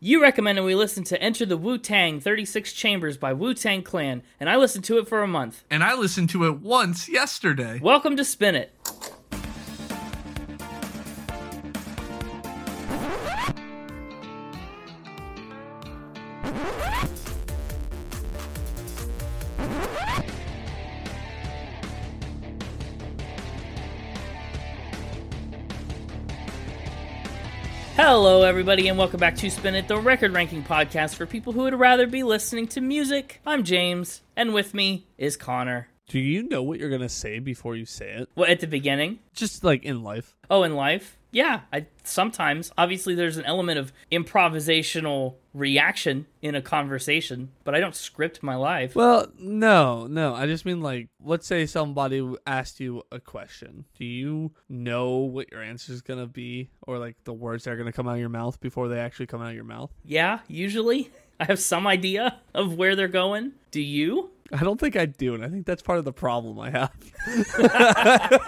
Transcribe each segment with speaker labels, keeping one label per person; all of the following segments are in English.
Speaker 1: You recommended we listen to Enter the Wu Tang 36 Chambers by Wu Tang Clan, and I listened to it for a month.
Speaker 2: And I listened to it once yesterday.
Speaker 1: Welcome to Spin It. Hello, everybody, and welcome back to Spin It, the record ranking podcast for people who would rather be listening to music. I'm James, and with me is Connor.
Speaker 3: Do you know what you're gonna say before you say it?
Speaker 1: Well, at the beginning,
Speaker 3: Just like in life.
Speaker 1: oh, in life, yeah, I sometimes obviously there's an element of improvisational reaction in a conversation, but I don't script my life.
Speaker 3: Well, no, no. I just mean like, let's say somebody asked you a question. Do you know what your answer is gonna be, or like the words that are gonna come out of your mouth before they actually come out of your mouth?
Speaker 1: yeah, usually I have some idea of where they're going. Do you?
Speaker 3: I don't think I do, and I think that's part of the problem I have.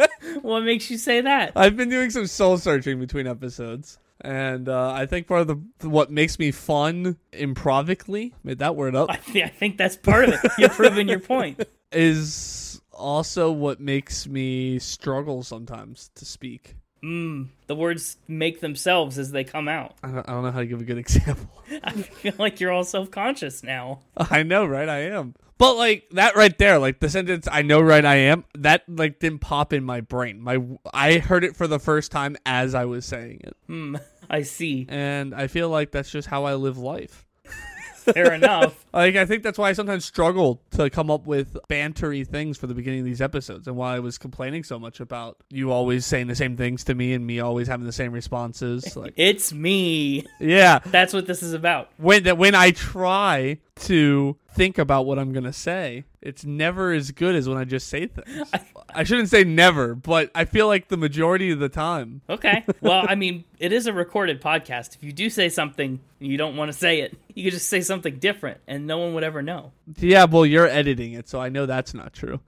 Speaker 1: What makes you say that?
Speaker 3: I've been doing some soul searching between episodes. And uh, I think part of the what makes me fun improvically made that word up.
Speaker 1: I, th- I think that's part of it. You're proving your point.
Speaker 3: is also what makes me struggle sometimes to speak.
Speaker 1: The words make themselves as they come out.
Speaker 3: I don't, I don't know how to give a good example.
Speaker 1: I feel like you're all self conscious now.
Speaker 3: I know, right? I am. But like that right there, like the sentence "I know, right? I am," that like didn't pop in my brain. My I heard it for the first time as I was saying it,
Speaker 1: I see.
Speaker 3: and I feel like that's just how I live life.
Speaker 1: Fair enough.
Speaker 3: Like I think that's why I sometimes struggle to come up with bantery things for the beginning of these episodes, and why I was complaining so much about you always saying the same things to me and me always having the same responses. Like,
Speaker 1: It's me.
Speaker 3: yeah,
Speaker 1: That's what this is about.
Speaker 3: when that when I try to think about what I'm gonna say, it's never as good as when I just say things. I, shouldn't say never, but I feel like the majority of the time.
Speaker 1: Okay. Well, I mean, it is a recorded podcast. If you do say something and you don't want to say it, you could just say something different and no one would ever know.
Speaker 3: Yeah, well, you're editing it, so I know that's not true.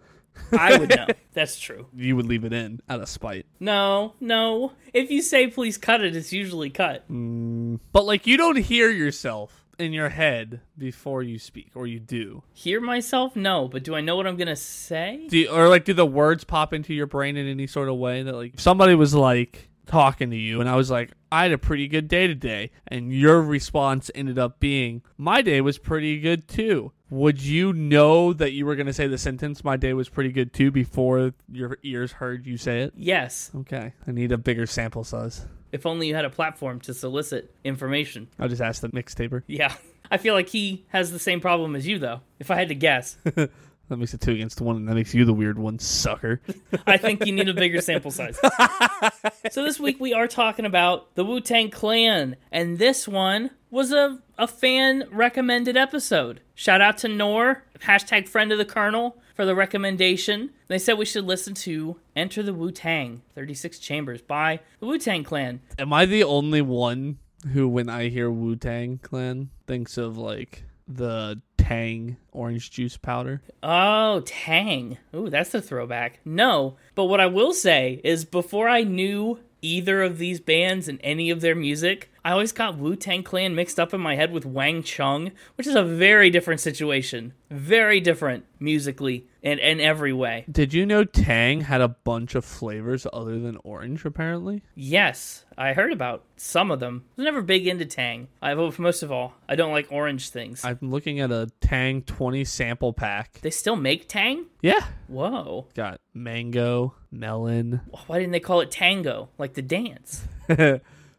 Speaker 1: I would know. That's true.
Speaker 3: You would leave it in out of spite.
Speaker 1: No, no. If you say please cut it, it's usually cut.
Speaker 3: But like, you don't hear yourself in your head before you speak, or you do.
Speaker 1: Hear myself? No. But do I know what I'm going to say?
Speaker 3: Do you, or like do the words pop into your brain in any sort of way that like if somebody was like talking to you and I was like I had a pretty good day today and your response ended up being my day was pretty good too. Would you know that you were going to say the sentence my day was pretty good too before your ears heard you say it?
Speaker 1: Yes.
Speaker 3: Okay. I need a bigger sample size.
Speaker 1: If only you had a platform to solicit information.
Speaker 3: I'll just ask the mixtaper.
Speaker 1: Yeah. I feel like he has the same problem as you, though. If I had to guess,
Speaker 3: That makes it two against one and that makes you the weird one, sucker.
Speaker 1: I think you need a bigger sample size. so this week we are talking about the Wu Tang Clan, and this one was a, a fan recommended episode. Shout out to Nor, hashtag friend of the Colonel, for the recommendation. They said we should listen to Enter the Wu Tang 36 Chambers by the Wu Tang Clan.
Speaker 3: Am I the only one who, when I hear Wu Tang Clan, thinks of like the Tang orange juice powder?
Speaker 1: Oh, Tang. Ooh, that's a throwback. No, but what I will say is before I knew either of these bands and any of their music, I always got Wu Tang Clan mixed up in my head with Wang Chung, which is a very different situation. Very different musically and in every way.
Speaker 3: Did you know Tang had a bunch of flavors other than orange? Apparently,
Speaker 1: Yes, I heard about some of them. I was never big into Tang. I well, most of all, I don't like orange things.
Speaker 3: I'm looking at a Tang 20 sample pack.
Speaker 1: they still make Tang?
Speaker 3: Yeah,
Speaker 1: Whoa.
Speaker 3: got mango, melon,
Speaker 1: Why didn't they call it tango? Like the dance.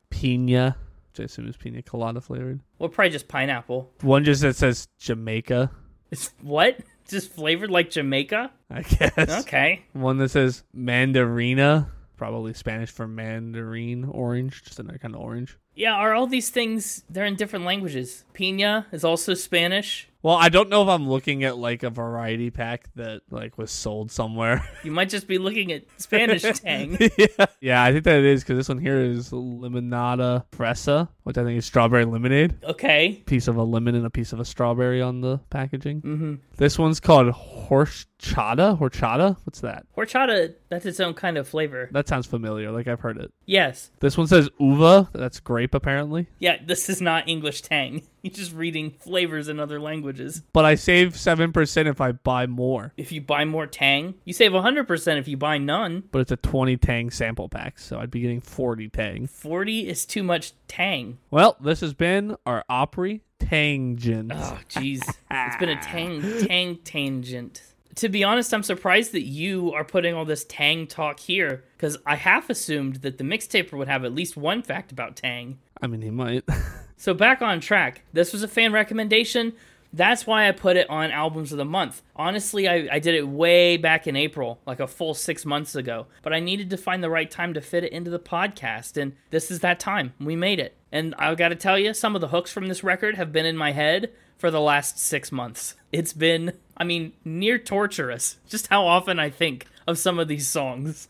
Speaker 3: pina, which I assume is pina colada flavored.
Speaker 1: Well, probably just pineapple.
Speaker 3: One just that says Jamaica,
Speaker 1: It's what? Just flavored like Jamaica?
Speaker 3: I guess.
Speaker 1: Okay.
Speaker 3: One that says mandarina, probably Spanish for mandarin orange, just another kind of orange.
Speaker 1: Yeah, are all these things they're in different languages. Piña is also Spanish.
Speaker 3: Well, I don't know if I'm looking at like a variety pack that like was sold somewhere.
Speaker 1: You might just be looking at Spanish Tang.
Speaker 3: yeah. yeah, I think that it is because this one here is limonada fresa, which I think is strawberry lemonade.
Speaker 1: Okay.
Speaker 3: Piece of a lemon and a piece of a strawberry on the packaging. Mm-hmm. This one's called horchata. Horchata? What's that?
Speaker 1: Horchata, that's its own kind of flavor.
Speaker 3: That sounds familiar. Like I've heard it.
Speaker 1: Yes.
Speaker 3: This one says uva. That's grape apparently.
Speaker 1: Yeah, this is not English Tang. You're just reading flavors in other languages.
Speaker 3: But I save seven percent if I buy more.
Speaker 1: If you buy more Tang, you save 100% if you buy none.
Speaker 3: But it's a twenty tang sample pack, so I'd be getting forty tang.
Speaker 1: 40 is too much Tang.
Speaker 3: Well, this has been our Opry Tangent.
Speaker 1: Oh, jeez. it's been a tang, tang tangent. To be honest, I'm surprised that you are putting all this Tang talk here, because I half assumed that the mixtaper would have at least one fact about Tang.
Speaker 3: I mean, he might.
Speaker 1: So back on track. This was a fan recommendation. That's why I put it on albums of the month. Honestly, I, I did it way back in April, like a full six months ago. But I needed to find the right time to fit it into the podcast, and this is that time. We made it. And I gotta tell you, some of the hooks from this record have been in my head for the last six months. It's been, I mean, near torturous just how often I think of some of these songs,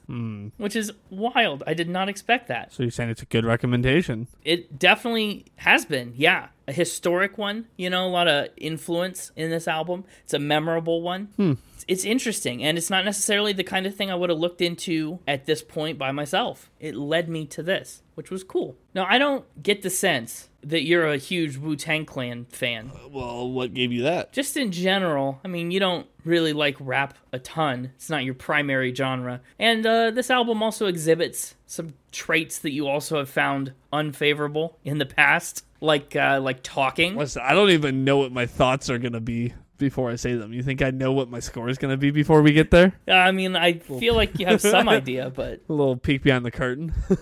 Speaker 1: which is wild. I did not expect that.
Speaker 3: so you're saying it's a good recommendation?
Speaker 1: It definitely has been, yeah. A historic one, you know, a lot of influence in this album. It's a memorable one. It's, it's interesting, and it's not necessarily the kind of thing I would have looked into at this point by myself. It led me to this, which was cool. Now, I don't get the sense that you're a huge Wu Tang Clan fan.
Speaker 3: Well, what gave you that?
Speaker 1: Just in general, I mean, you don't really like rap a ton, it's not your primary genre. And uh, this album also exhibits some traits that you also have found unfavorable in the past. Like uh, like talking.
Speaker 3: Listen, I don't even know what my thoughts are gonna be before I say them. You think I know what my score is gonna be before we get there?
Speaker 1: Uh, I mean, I feel like you have some idea, but
Speaker 3: A little peek behind the curtain.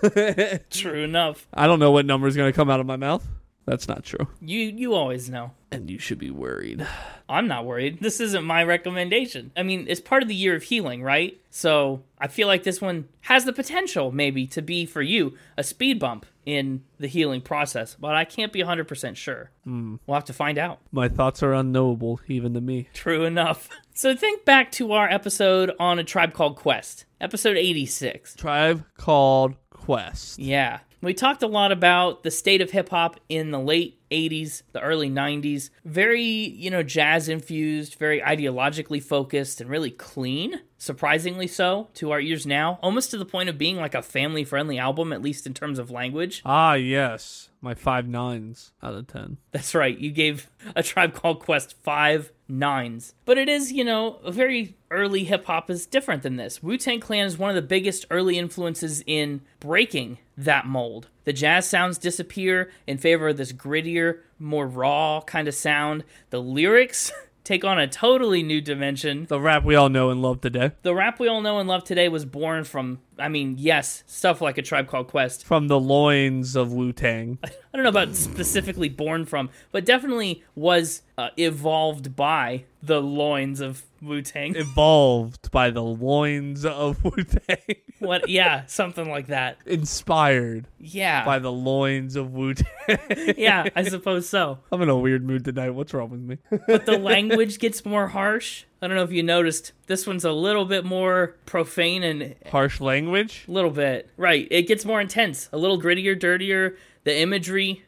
Speaker 1: true enough,
Speaker 3: I don't know what number is gonna come out of my mouth. That's not true.
Speaker 1: you you always know.
Speaker 3: And you should be worried.
Speaker 1: I'm not worried. This isn't my recommendation. I mean, it's part of the year of healing, right? So I feel like this one has the potential, maybe, to be for you a speed bump in the healing process, but I can't be 100% sure. We'll have to find out.
Speaker 3: My thoughts are unknowable, even to me.
Speaker 1: True enough. So think back to our episode on A Tribe Called Quest, episode 86.
Speaker 3: Tribe called Quest.
Speaker 1: Yeah. We talked a lot about the state of hip hop in the late 80s, the early 90s. Very, you know, jazz infused, very ideologically focused, and really clean, surprisingly so, to our ears now, almost to the point of being like a family friendly album, at least in terms of language.
Speaker 3: Ah, yes. My five nines out of ten.
Speaker 1: That's right. You gave a tribe called Quest five nines. But it is, you know, a very early hip hop is different than this. Wu Tang Clan is one of the biggest early influences in breaking that mold. The jazz sounds disappear in favor of this grittier, more raw kind of sound. The lyrics take on a totally new dimension
Speaker 3: The rap we all know and love today.
Speaker 1: the rap we all know and love today was born from, I mean, yes, stuff like a tribe called Quest.
Speaker 3: From the loins of Wu Tang.
Speaker 1: I don't know about specifically born from, but definitely was uh, evolved by the loins of Wu Tang.
Speaker 3: Evolved by the loins of Wu Tang.
Speaker 1: What? Yeah, something like that.
Speaker 3: Inspired
Speaker 1: Yeah,
Speaker 3: by the loins of Wu Tang.
Speaker 1: yeah, I suppose so.
Speaker 3: I'm in a weird mood tonight. What's wrong with me?
Speaker 1: But the language gets more harsh. I don't know if you noticed. This one's a little bit more profane and
Speaker 3: Harsh language?
Speaker 1: a little bit right. It gets more intense, a little grittier, dirtier. The imagery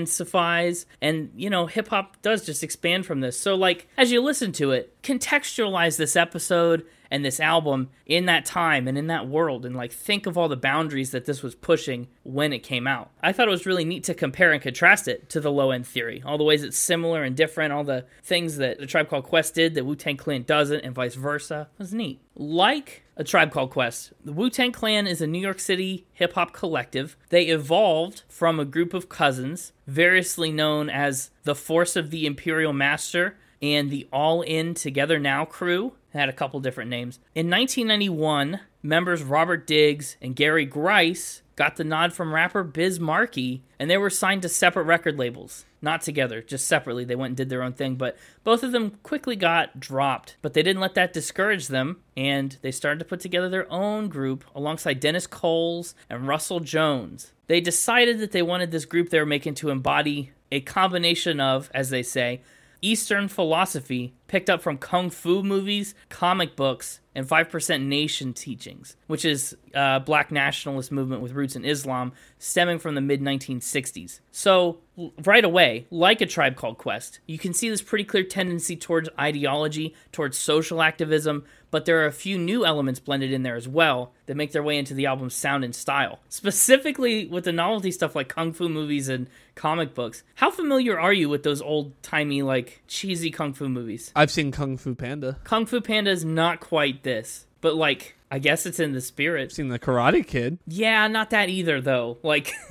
Speaker 1: intensifies and you know hip hop does just expand from this so like as you listen to it contextualize this episode and this album in that time and in that world and like think of all the boundaries that this was pushing when it came out i thought it was really neat to compare and contrast it to the low end theory all the ways it's similar and different all the things that the tribe called quest did that wu-tang clan doesn't and vice versa it was neat like a Tribe Called Quest. The Wu Tang Clan is a New York City hip hop collective. They evolved from a group of cousins, variously known as the Force of the Imperial Master and the All In Together Now crew. It had a couple different names. In 1991, members Robert Diggs and Gary Grice got the nod from rapper Biz Markie, and they were signed to separate record labels. Not together, just separately. They went and did their own thing, but both of them quickly got dropped. But they didn't let that discourage them, and they started to put together their own group alongside Dennis Coles and Russell Jones. They decided that they wanted this group they were making to embody a combination of, as they say, Eastern philosophy picked up from kung fu movies, comic books, and 5% Nation teachings, which is uh, black nationalist movement with roots in Islam stemming from the mid 1960s. So, l- right away, like a tribe called Quest, you can see this pretty clear tendency towards ideology, towards social activism, but there are a few new elements blended in there as well that make their way into the album's sound and style. Specifically with the novelty stuff like kung fu movies and comic books. How familiar are you with those old timey, like cheesy kung fu movies?
Speaker 3: I've seen Kung Fu Panda.
Speaker 1: Kung Fu Panda is not quite this, but like I guess it's in the
Speaker 3: I've
Speaker 1: spirit.
Speaker 3: seen The Karate Kid.
Speaker 1: Yeah, not that either though. Like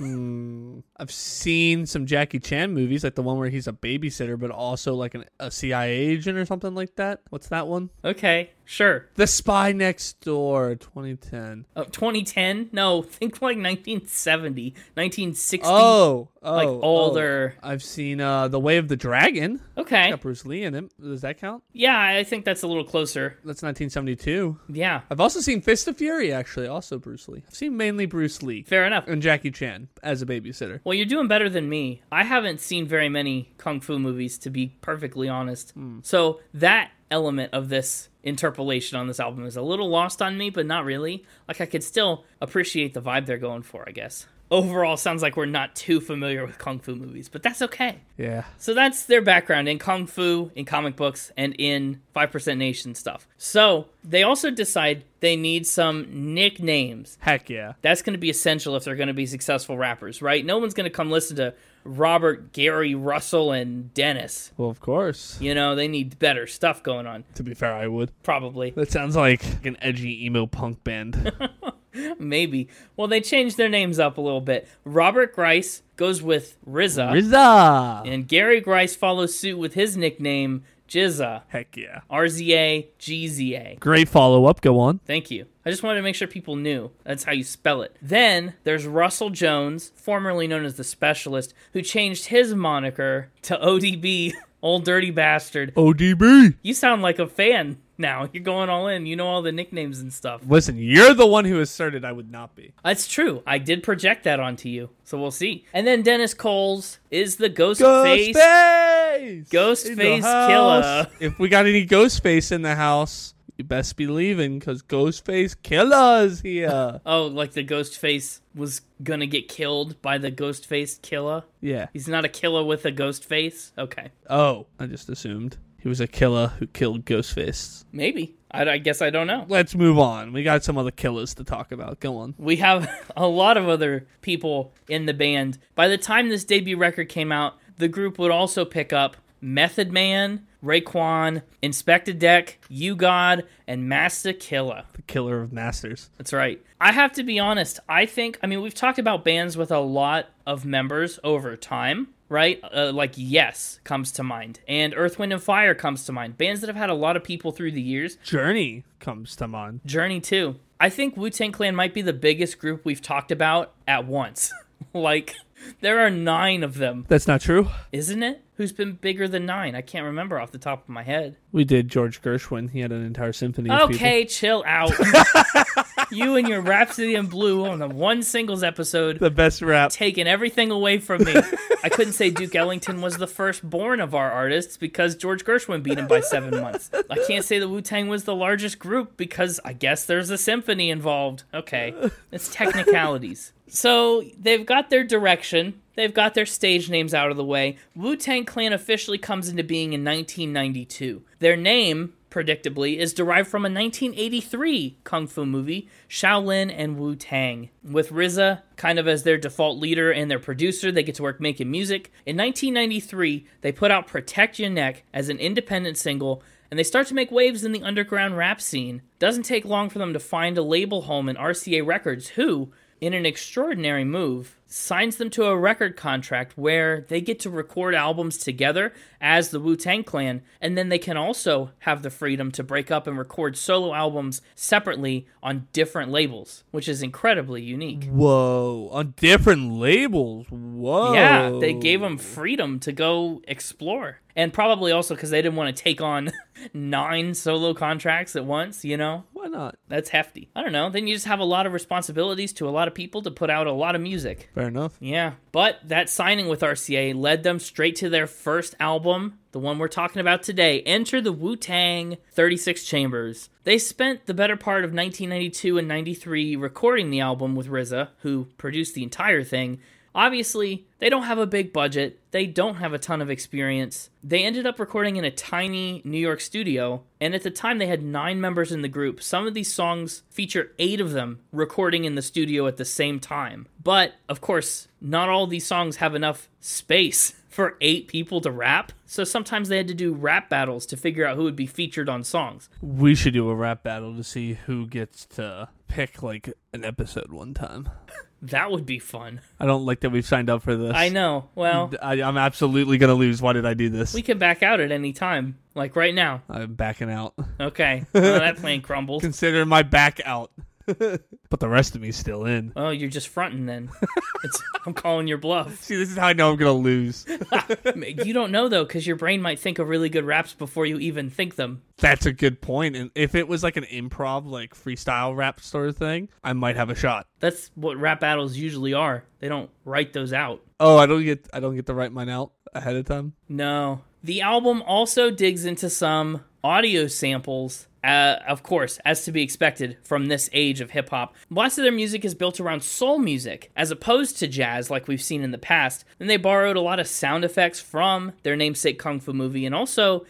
Speaker 3: I've seen some Jackie Chan movies, like the one where he's a babysitter, but also like an, a CIA agent or something like that. What's that one?
Speaker 1: okay, sure.
Speaker 3: The Spy Next Door, 2010.
Speaker 1: Oh, 2010? No, think like 1970, 1960.
Speaker 3: Oh, oh, like
Speaker 1: older.
Speaker 3: I've seen uh, The Way of the Dragon.
Speaker 1: okay.
Speaker 3: Got Bruce Lee in it. Does that count?
Speaker 1: Yeah, I think that's a little closer.
Speaker 3: That's 1972.
Speaker 1: Yeah.
Speaker 3: I've also seen Fist of Fury, actually, also Bruce Lee. I've seen mainly Bruce Lee
Speaker 1: Fair enough.
Speaker 3: and Jackie Chan as a babysitter.
Speaker 1: Well, you're doing better than me. I haven't seen very many kung fu movies, to be perfectly honest. So that element of this interpolation on this album is a little lost on me, but not really. Like I could still appreciate the vibe they're going for, I guess. Overall, sounds like we're not too familiar with kung fu movies, but that's okay.
Speaker 3: Yeah.
Speaker 1: So that's their background in kung fu, in comic books, and in 5% Nation stuff. So they also decide they need some nicknames
Speaker 3: Heck yeah.
Speaker 1: that's going to be essential if they're going to be successful rappers, right? No one's going to come listen to Robert, Gary, Russell, and Dennis.
Speaker 3: Well, of course.
Speaker 1: You know, they need better stuff going on,
Speaker 3: To be fair, I would.
Speaker 1: probably.
Speaker 3: That sounds like an edgy emo punk band.
Speaker 1: Maybe. Well, they changed their names up a little bit. Robert Grice goes with RZA,
Speaker 3: Rizza.
Speaker 1: and Gary Grice follows suit with his nickname, Jizza.
Speaker 3: Heck yeah.
Speaker 1: RZA, GZA.
Speaker 3: Great follow up. Go on.
Speaker 1: Thank you. I just wanted to make sure people knew that's how you spell it. Then there's Russell Jones, formerly known as the Specialist, who changed his moniker to ODB, Old Dirty Bastard.
Speaker 3: ODB.
Speaker 1: You sound like a fan now. You're going all in. You know all the nicknames and stuff.
Speaker 3: Listen, you're the one who asserted I would not be.
Speaker 1: That's true. I did project that onto you, so we'll see. And then Dennis Coles is the Ghost, Face.
Speaker 3: Ghostface.
Speaker 1: Ghostface
Speaker 3: In the house.
Speaker 1: killer.
Speaker 3: If we got any Ghostface in the house, you best be leaving because Ghostface killer's here.
Speaker 1: Oh, like the Ghost Face was gonna get killed by the Ghost Face killer.
Speaker 3: yeah.
Speaker 1: He's not a killer with a ghost face. Okay.
Speaker 3: Oh, I just assumed he was a killer who killed Ghostface.
Speaker 1: Maybe. I, I guess I don't know.
Speaker 3: Let's move on. We got some other killers to talk about. Go on.
Speaker 1: We have a lot of other people in the band. By the time this debut record came out, the group would also pick up Method Man, Raekwon, Inspected Deck, You God, and Master Killa.
Speaker 3: The killer of masters.
Speaker 1: That's right. I have to be honest. I think, I mean, we've talked about bands with a lot of members over time, right? Uh, like Yes comes to mind, and Earth, Wind, and Fire comes to mind. Bands that have had a lot of people through the years.
Speaker 3: Journey comes to mind.
Speaker 1: Journey too. I think Wu Tang Clan might be the biggest group we've talked about at once. like, there are nine of them,
Speaker 3: That's not true.
Speaker 1: isn't it? Who's been bigger than nine? I can't remember off the top of my head.
Speaker 3: We did George Gershwin. He had an entire symphony. Of people.
Speaker 1: Okay, chill out. you and your Rhapsody in Blue on the one singles episode.
Speaker 3: The best rap.
Speaker 1: taken everything away from me. I couldn't say Duke Ellington was the firstborn of our artists because George Gershwin beat him by seven months. I can't say that Wu Tang was the largest group because I guess there's a symphony involved. Okay, it's technicalities. So they've got their direction. They've got their stage names out of the way. Wu Tang Clan officially comes into being in 1992. Their name, predictably, is derived from a 1983 kung fu movie, Shaolin and Wu Tang. With RZA kind of as their default leader and their producer, they get to work making music. In 1993, they put out Protect Your Neck as an independent single, and they start to make waves in the underground rap scene. Doesn't take long for them to find a label home in RCA Records, who, in an extraordinary move, signs them to a record contract where they get to record albums together as the Wu Tang Clan, and then they can also have the freedom to break up and record solo albums separately on different labels, which is incredibly unique.
Speaker 3: Whoa. On different labels. Whoa.
Speaker 1: Yeah, they gave them freedom to go explore. And probably also because they didn't want to take on nine solo contracts at once, you know?
Speaker 3: Well, Why not?
Speaker 1: That's hefty. I don't know. Then you just have a lot of responsibilities to a lot of people to put out a lot of music.
Speaker 3: Fair enough.
Speaker 1: Yeah. But that signing with RCA led them straight to their first album, the one we're talking about today, Enter the Wu Tang 36 Chambers. They spent the better part of 1992 and 93 recording the album with RZA, who produced the entire thing. Obviously, they don't have a big budget. They don't have a ton of experience. They ended up recording in a tiny New York studio, and at the time they had nine members in the group. Some of these songs feature eight of them recording in the studio at the same time. But, of course, not all these songs have enough space for eight people to rap, so sometimes they had to do rap battles to figure out who would be featured on songs.
Speaker 3: We should do a rap battle to see who gets to pick like an episode one time.
Speaker 1: That would be fun.
Speaker 3: I don't like that we've signed up for this.
Speaker 1: I know. Well,
Speaker 3: I, I'm absolutely gonna lose. Why did I do this?
Speaker 1: we can back out at any time, like right now.
Speaker 3: I'm backing out.
Speaker 1: Okay. Oh, that plan crumbled.
Speaker 3: Consider my back out. but the rest of me's still in.
Speaker 1: Oh, you're just fronting then. It's, I'm calling your bluff.
Speaker 3: See, this is how I know I'm gonna lose.
Speaker 1: You don't know though, because your brain might think of really good raps before you even think them.
Speaker 3: That's a good point. And if it was like an improv, like freestyle rap sort of thing, I might have a shot.
Speaker 1: That's what rap battles usually are. They don't write those out.
Speaker 3: Oh, I don't get, I don't get to write mine out ahead of time.
Speaker 1: No. The album also digs into some audio samples, uh, of course, as to be expected from this age of hip hop. Most of their music is built around soul music, as opposed to jazz like we've seen in the past. And they borrowed a lot of sound effects from their namesake Kung Fu movie and also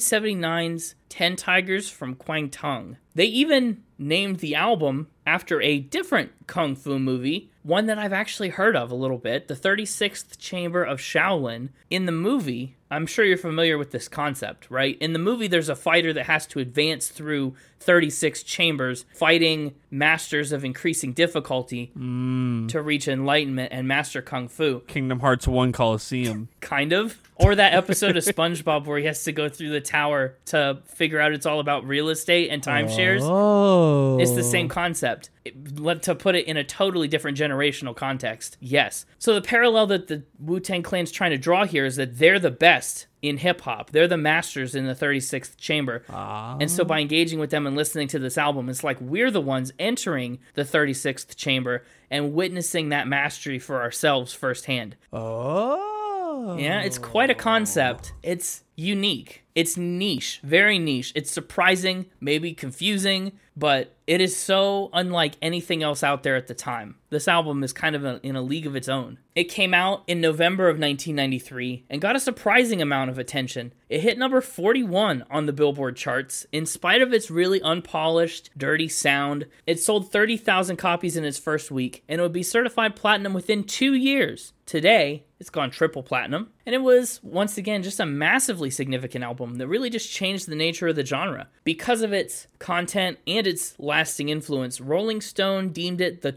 Speaker 1: 1979's 10 Tigers from Kwang Tung. They even named the album after a different kung fu movie, one that I've actually heard of a little bit, The 36th Chamber of Shaolin. In the movie, I'm sure you're familiar with this concept, right? In the movie, there's a fighter that has to advance through 36 chambers, fighting masters of increasing difficulty to reach enlightenment and master kung fu
Speaker 3: Kingdom Hearts One Coliseum.
Speaker 1: kind of. Or that episode of SpongeBob where he has to go through the tower to figure out it's all about real estate and timeshares.
Speaker 3: Oh,
Speaker 1: It's the same concept. It, let- to put it in a totally different generational context. Yes. So the parallel that the Wu Tang Clan's trying to draw here is that they're the best in hip hop. They're the masters in the 36th chamber. And so by engaging with them and listening to this album, it's like we're the ones entering the 36th chamber and witnessing that mastery for ourselves firsthand.
Speaker 3: Oh,
Speaker 1: Yeah, it's quite a concept. It's unique. It's niche, very niche. It's surprising, maybe confusing, but it is so unlike anything else out there at the time. This album is kind of a, in a league of its own. It came out in November of 1993 and got a surprising amount of attention. It hit number 41 on the Billboard charts. In spite of its really unpolished, dirty sound, it sold 30,000 copies in its first week and it would be certified platinum within two years. Today, it's gone triple platinum, and it was, once again, just a massively significant album that really just changed the nature of the genre. Because of its content and its lasting influence, Rolling Stone deemed it the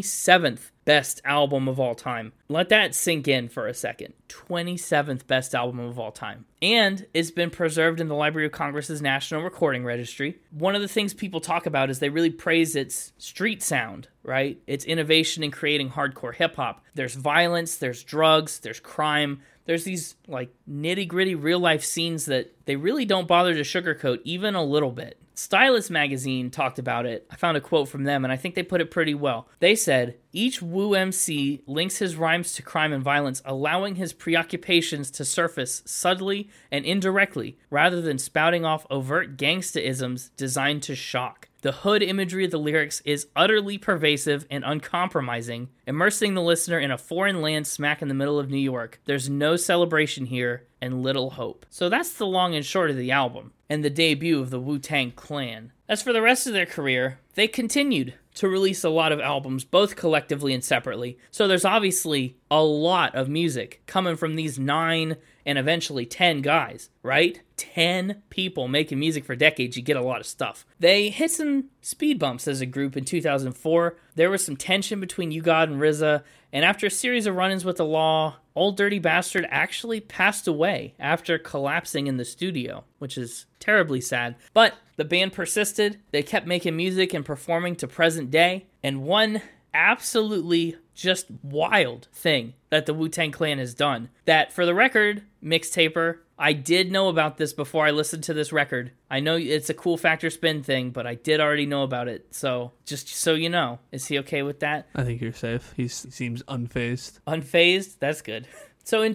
Speaker 1: 27th best album of all time. Let that sink in for a second. 27th best album of all time. And it's been preserved in the Library of Congress's National Recording Registry. One of the things people talk about is they really praise its street sound, right? Its innovation in creating hardcore hip hop. There's violence, there's drugs, there's crime, there's these like nitty gritty real life scenes that they really don't bother to sugarcoat even a little bit. Stylist magazine talked about it. I found a quote from them and I think they put it pretty well. They said, Each Wu MC links his rhymes to crime and violence, allowing his preoccupations to surface subtly and indirectly, rather than spouting off overt gangstaisms designed to shock. The hood imagery of the lyrics is utterly pervasive and uncompromising, immersing the listener in a foreign land smack in the middle of New York. There's no celebration here and little hope. So that's the long and short of the album and the debut of the Wu Tang Clan. As for the rest of their career, they continued to release a lot of albums, both collectively and separately. So there's obviously a lot of music coming from these nine and eventually 10 guys, right? 10 people making music for decades, you get a lot of stuff. They hit some speed bumps as a group in 2004. There was some tension between You God and RZA, and after a series of run-ins with the law, Old Dirty Bastard actually passed away after collapsing in the studio, which is terribly sad. But the band persisted. They kept making music and performing to present day, and one absolutely just wild thing that the Wu Tang Clan has done. That, for the record, mixtaper, I did know about this before I listened to this record. I know it's a cool factor spin thing, but I did already know about it. So just so you know, is he okay with that?
Speaker 3: I think you're safe. He's, he seems unfazed.
Speaker 1: Unfazed? That's good. So in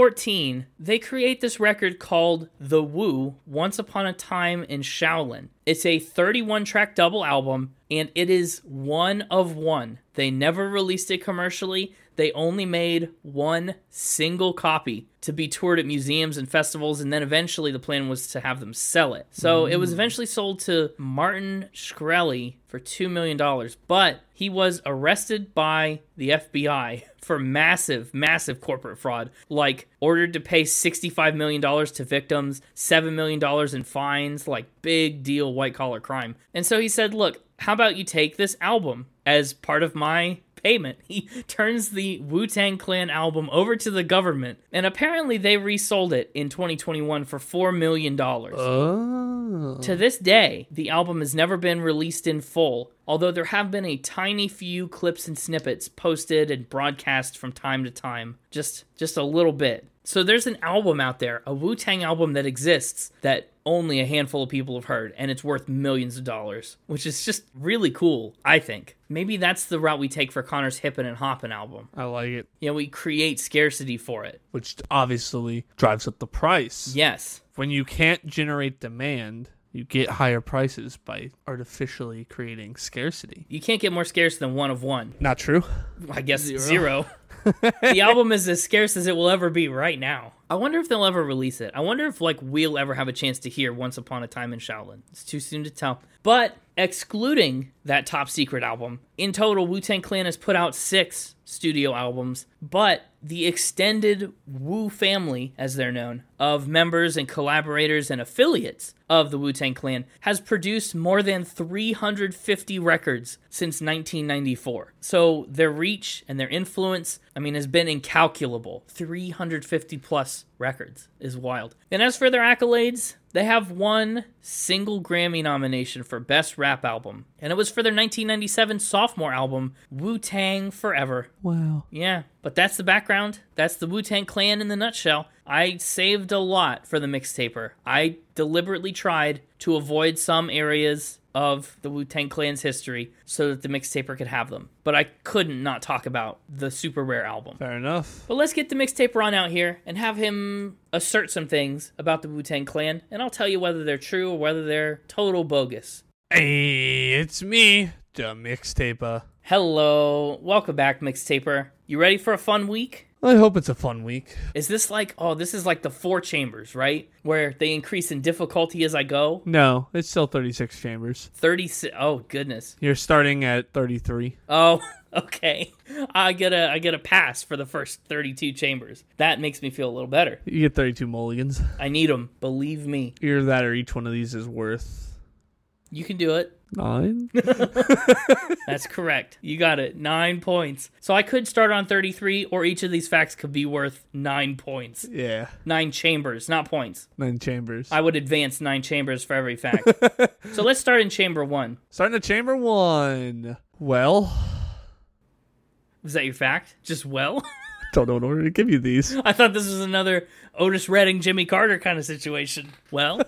Speaker 1: 2014, they create this record called The Woo Once Upon a Time in Shaolin. It's a 31 track double album, and it is one of one. They never released it commercially, they only made one single copy to be toured at museums and festivals, and then eventually the plan was to have them sell it. So it was eventually sold to Martin Shkreli for $2 million, but he was arrested by the FBI for massive, massive corporate fraud, like ordered to pay $65 million to victims, $7 million in fines, like big deal white collar crime. And so he said, Look, how about you take this album as part of my payment? He turns the Wu Tang Clan album over to the government, and apparently they resold it in 2021 for $4 million.
Speaker 3: Oh.
Speaker 1: To this day, the album has never been released in full, although there have been a tiny few clips and snippets posted and broadcast from time to time, just just a little bit. So there's an album out there, a Wu-Tang album that exists that only a handful of people have heard and it's worth millions of dollars, which is just really cool, I think. Maybe that's the route we take for Connor's Hippin' and Hoppin' album.
Speaker 3: I like it,
Speaker 1: You know, we create scarcity for it.
Speaker 3: which obviously drives up the price.
Speaker 1: Yes.
Speaker 3: When you can't generate demand, you get higher prices by artificially creating scarcity.
Speaker 1: You can't get more scarce than one of one.
Speaker 3: Not true.
Speaker 1: I guess zero. the album is as scarce as it will ever be right now. I wonder if they'll ever release it. I wonder if like we'll ever have a chance to hear Once Upon a Time in Shaolin. It's too soon to tell. But excluding that top secret album, in total Wu Tang Clan has put out six studio albums, but the extended Wu family, as they're known, of members and collaborators and affiliates of the Wu Tang Clan has produced more than 350 records since 1994. So their reach and their influence, I mean, has been incalculable. 350 plus records is wild. And as for their accolades, they have one single Grammy nomination for Best Rap Album, and it was for their 1997 sophomore album, Wu Tang Forever.
Speaker 3: Wow.
Speaker 1: Yeah, but that's the background. That's the Wu Tang Clan in the nutshell. I saved a lot for the mixtaper. I deliberately tried to avoid some areas of the Wu Tang Clan's history so that the mixtaper could have them, but I couldn't not talk about the super rare album.
Speaker 3: Fair enough.
Speaker 1: But let's get the mixtaper on out here and have him assert some things about the Wu Tang Clan, and I'll tell you whether they're true or whether they're total bogus.
Speaker 3: Hey, it's me, the uh. mixtaper.
Speaker 1: Hello, welcome back, mixtaper. You ready for a fun week?
Speaker 3: I hope it's a fun week.
Speaker 1: Is this like, oh, this is like the four chambers, right? Where they increase in difficulty as I go?
Speaker 3: No, it's still 36 chambers.
Speaker 1: 36. Oh, goodness.
Speaker 3: You're starting at 33.
Speaker 1: Oh, okay. I get a I get a pass for the first 32 chambers. That makes me feel a little better.
Speaker 3: You get 32 mulligans.
Speaker 1: I need them, believe me.
Speaker 3: Either that or each one of these is worth
Speaker 1: You can do it.
Speaker 3: nine.
Speaker 1: That's correct. You got it. Nine points. So I could start on 33, or each of these facts could be worth nine points.
Speaker 3: yeah,
Speaker 1: Nine chambers, not points.
Speaker 3: nine chambers.
Speaker 1: I would advance nine chambers for every fact. so let's start in chamber one.
Speaker 3: Starting at chamber one. Well,
Speaker 1: Was that your fact? Just well?
Speaker 3: don't know in order to give you these.
Speaker 1: I thought this was another Otis Redding, Jimmy Carter kind of situation. Well,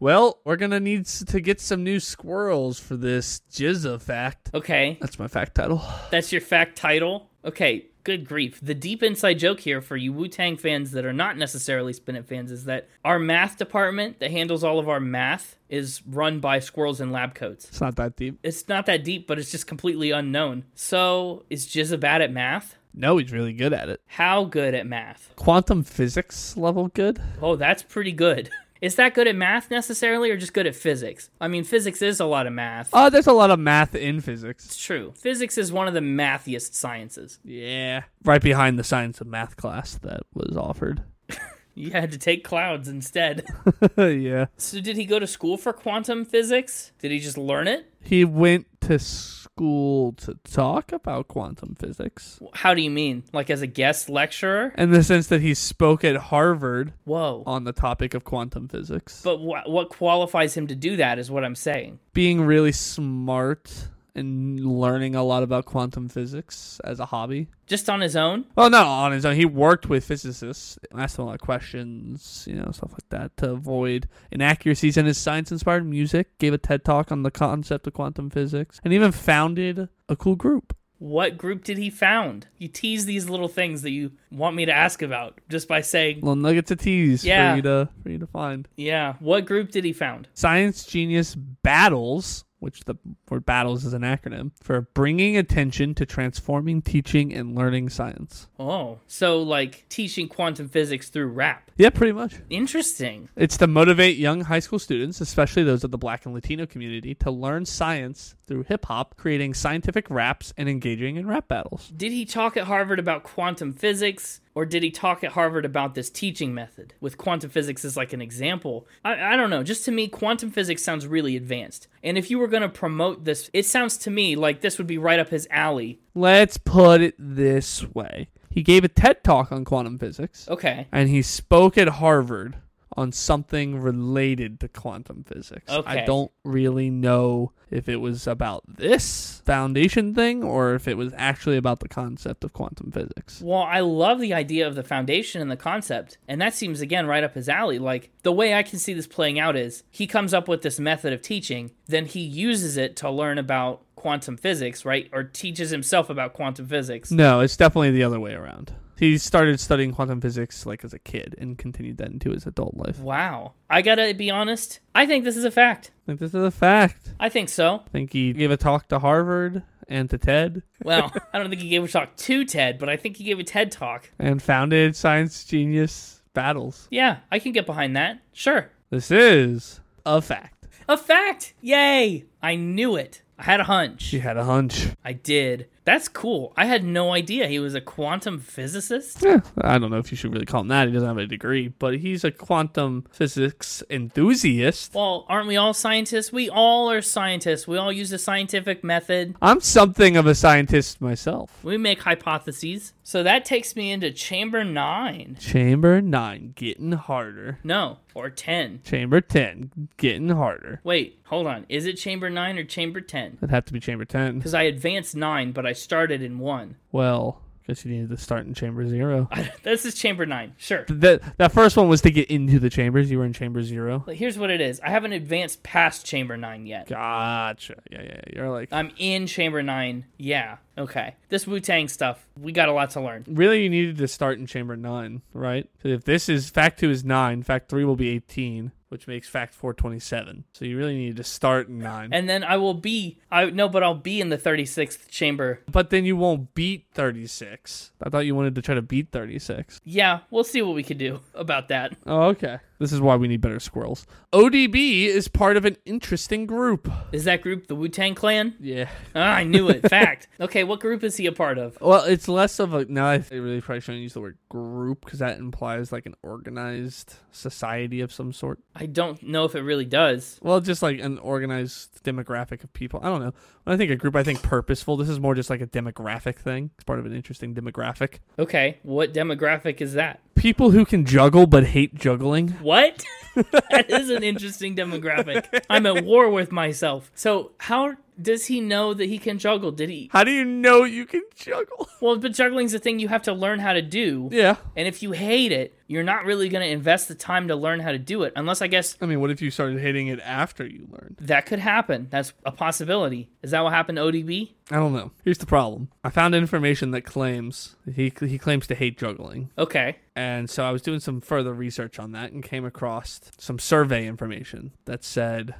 Speaker 3: Well, we're gonna need s- to get some new squirrels for this Jizza fact.
Speaker 1: okay.
Speaker 3: That's my fact title.
Speaker 1: That's your fact title? Okay, good grief. The deep inside joke here for you Wu Tang fans that are not necessarily Spin It fans is that our math department that handles all of our math is run by squirrels in lab coats.
Speaker 3: It's not that deep.
Speaker 1: It's not that deep, but it's just completely unknown. So, is Jizza bad at math?
Speaker 3: No, he's really good at it.
Speaker 1: How good at math?
Speaker 3: Quantum physics level good.
Speaker 1: Oh, that's pretty good. Is that good at math necessarily, or just good at physics? I mean, physics is a lot of math.
Speaker 3: Oh, there's a lot of math in physics.
Speaker 1: It's true. Physics is one of the mathiest sciences.
Speaker 3: Yeah, right behind the science of math class that was offered.
Speaker 1: You had to take clouds instead.
Speaker 3: yeah,
Speaker 1: So did he go to school for quantum physics? Did he just learn it?
Speaker 3: he went to school to talk about quantum physics.
Speaker 1: How do you mean? Like as a guest lecturer?
Speaker 3: In the sense that he spoke at Harvard
Speaker 1: Whoa.
Speaker 3: on the topic of quantum physics.
Speaker 1: But wh- what qualifies him to do that is what I'm saying.
Speaker 3: being really smart and learning a lot about quantum physics as a hobby.
Speaker 1: Just on his own?
Speaker 3: Well, not on his own. He worked with physicists, and asked them a lot of questions, you know, stuff like that, to avoid inaccuracies in his science-inspired music. Gave a TED talk on the concept of quantum physics, and even founded a cool group.
Speaker 1: What group did he found? You tease these little things that you want me to ask about just by saying,
Speaker 3: Little nuggets of tease
Speaker 1: Yeah.
Speaker 3: for you to for you to find.
Speaker 1: yeah, what group did he found?
Speaker 3: Science Genius Battles, which the word battles is an acronym for bringing attention to transforming teaching and learning science.
Speaker 1: Oh, so like teaching quantum physics through rap.
Speaker 3: Yeah, pretty much.
Speaker 1: Interesting.
Speaker 3: It's to motivate young high school students, especially those of the black and Latino community, to learn science through hip hop, creating scientific raps, and engaging in rap battles.
Speaker 1: Did he talk at Harvard about quantum physics, or did he talk at Harvard about this teaching method with quantum physics as like an example? I, I don't know. Just to me, quantum physics sounds really advanced. And if you were going to promote this, it sounds to me like this would be right up his alley.
Speaker 3: Let's put it this way He gave a TED talk on quantum physics,
Speaker 1: Okay.
Speaker 3: and he spoke at Harvard on something related to quantum physics.
Speaker 1: Okay.
Speaker 3: I don't really know if it was about this foundation thing or if it was actually about the concept of quantum physics.
Speaker 1: Well, I love the idea of the foundation and the concept, and that seems again right up his alley. Like the way I can see this playing out is he comes up with this method of teaching, then he uses it to learn about quantum physics, right? Or teaches himself about quantum physics.
Speaker 3: No, it's definitely the other way around. He started studying quantum physics like as a kid and continued that into his adult life.
Speaker 1: Wow. I gotta be honest, I think this is a fact.
Speaker 3: Like this is a fact.
Speaker 1: I think so.
Speaker 3: I think he gave a talk to Harvard and to TED
Speaker 1: Well, I don't think he gave a talk to Ted, but I think he gave a TED talk.
Speaker 3: and founded Science Genius Battles.
Speaker 1: Yeah, I can get behind that. Sure.
Speaker 3: This is a fact.
Speaker 1: A fact! Yay! I knew it. I had a hunch.
Speaker 3: She had a hunch.
Speaker 1: I did. That's cool. I had no idea he was a quantum physicist.
Speaker 3: Eh, I don't know if you should really call him that. He doesn't have a degree, but he's a quantum physics enthusiast.
Speaker 1: Well, aren't we all scientists? We all are scientists. We all use a scientific method.
Speaker 3: I'm something of a scientist myself.
Speaker 1: We make hypotheses. So that takes me into chamber nine.
Speaker 3: Chamber 9 getting harder.
Speaker 1: No, or 10.
Speaker 3: Chamber 10 getting harder.
Speaker 1: Wait, hold on. Is it chamber nine or chamber 10?
Speaker 3: It'd have to be chamber 10.
Speaker 1: Because I advanced nine, but I started in one.
Speaker 3: Well, guess you needed to start in chamber zero.
Speaker 1: this is chamber nine. Sure.
Speaker 3: That that first one was to get into the chambers. You were in chamber zero.
Speaker 1: But here's what it is I haven't advanced past chamber nine yet.
Speaker 3: Gotcha. Yeah, yeah. You're like
Speaker 1: I'm in chamber nine. Yeah. Okay. This Wu Tang stuff, we got a lot to learn.
Speaker 3: really you needed to start in chamber nine, right? So if this is fact two is nine, fact three will be eighteen, which makes fact four twenty seven. So you really needed to start in nine.
Speaker 1: and then I will be I no, but I'll be in the thirty sixth chamber.
Speaker 3: but then you won't beat thirty six. I thought you wanted to try to beat thirty six.
Speaker 1: Yeah, we'll see what we can do about that.
Speaker 3: Oh, okay. This is why we need better squirrels. ODB is part of an interesting group.
Speaker 1: Is that group the Wu Tang Clan?
Speaker 3: Yeah.
Speaker 1: Ah, I knew it. Fact. Okay, what group is he a part of?
Speaker 3: Well, it's less of a. Now, I really probably shouldn't use the word group because that implies like an organized society of some sort.
Speaker 1: I don't know if it really does.
Speaker 3: Well, just like an organized demographic of people. I don't know. When I think a group, I think purposeful. This is more just like a demographic thing. It's part of an interesting demographic.
Speaker 1: Okay, what demographic is that?
Speaker 3: People who can juggle but hate juggling.
Speaker 1: What? that is an interesting demographic. I'm at war with myself. So how does he know that he can juggle? Did he?
Speaker 3: How do you know you can juggle?
Speaker 1: Well, but juggling's a thing you have to learn how to do.
Speaker 3: Yeah.
Speaker 1: And if you hate it, you're not really going to invest the time to learn how to do it, unless I guess
Speaker 3: I mean, what if you started hating it after you learned?
Speaker 1: That could happen. That's a possibility. Is that what happened to ODB?
Speaker 3: I don't know. Here's the problem. I found information that claims he he claims to hate juggling.
Speaker 1: Okay.
Speaker 3: And so I was doing some further research on that and came across some survey information that said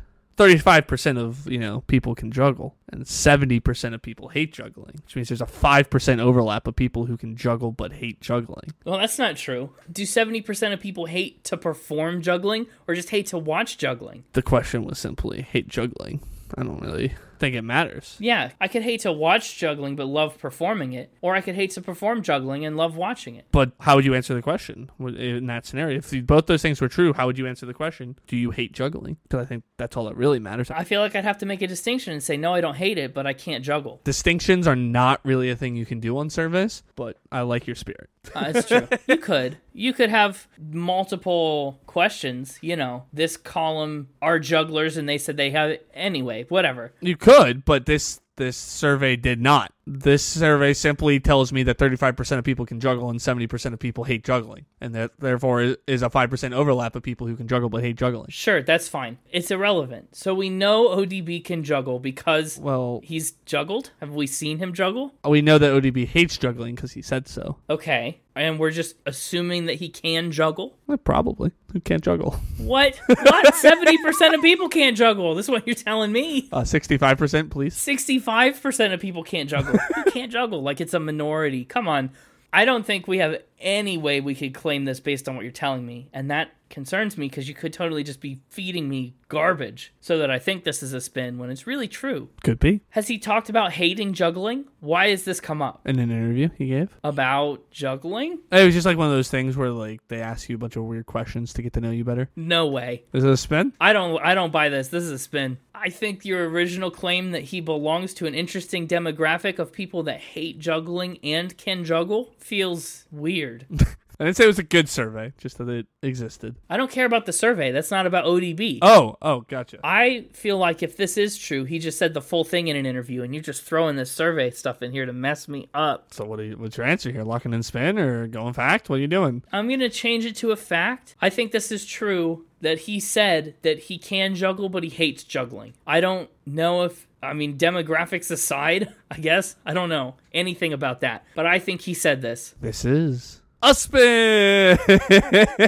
Speaker 3: 35% of, you know, people can juggle and 70% of people hate juggling, which means there's a 5% overlap of people who can juggle but hate juggling.
Speaker 1: Well, that's not true. Do 70% of people hate to perform juggling or just hate to watch juggling?
Speaker 3: The question was simply hate juggling. I don't really think it matters.
Speaker 1: Yeah, I could hate to watch juggling but love performing it, or I could hate to perform juggling and love watching it.
Speaker 3: But how would you answer the question would- in that scenario? If both those things were true, how would you answer the question? Do you hate juggling? Because I think that's all that really matters.
Speaker 1: I feel like I'd have to make a distinction and say, no, I don't hate it, but I can't juggle.
Speaker 3: Distinctions are not really a thing you can do on surveys, but I like your spirit.
Speaker 1: Uh, it's true. you could. You could have multiple questions. You know, this column are jugglers and they said they have it. Anyway, whatever.
Speaker 3: You could, but this This survey did not. This survey simply tells me that 35% of people can juggle and 70% of people hate juggling, and that therefore is- is a 5% overlap of people who can juggle but hate juggling.
Speaker 1: Sure, that's fine. It's irrelevant. So we know ODB can juggle because
Speaker 3: Well,
Speaker 1: he's juggled. Have we seen him juggle?
Speaker 3: we know that ODB hates juggling because he said so.
Speaker 1: Okay. And we're just assuming that he can juggle?
Speaker 3: Eh, Probably. Who can't juggle?
Speaker 1: What? What? 70% of people can't juggle. This is what you're telling me.
Speaker 3: Uh, 65%, please.
Speaker 1: 65% of people can't juggle. Who can't juggle? Like it's a minority. Come on. I don't think we have any way we could claim this based on what you're telling me. And that concerns me because you could totally just be feeding me garbage so that I think this is a spin when it's really true.
Speaker 3: Could be.
Speaker 1: Has he talked about hating juggling? Why has this come up?
Speaker 3: In an interview he gave.
Speaker 1: About juggling?
Speaker 3: It was just like one of those things where like they ask you a bunch of weird questions to get to know you better.
Speaker 1: No way.
Speaker 3: Is it a spin?
Speaker 1: I don't I don't buy this. This is a spin. I think your original claim that he belongs to an interesting demographic of people that hate juggling and can juggle feels weird.
Speaker 3: I didn't say it was a good survey, just that it existed.
Speaker 1: I don't care about the survey. That's not about ODB.
Speaker 3: Oh, oh, gotcha.
Speaker 1: I feel like if this is true, he just said the full thing in an interview and you're just throwing this survey stuff in here to mess me up.
Speaker 3: So what? Are you, what's your answer here? Locking in spin or going fact? What are you doing?
Speaker 1: I'm going to change it to a fact. I think this is true that he said that he can juggle, but he hates juggling. I don't know if, I mean, demographics aside, I guess, I don't know anything about that, but I think he said this.
Speaker 3: This is a spin.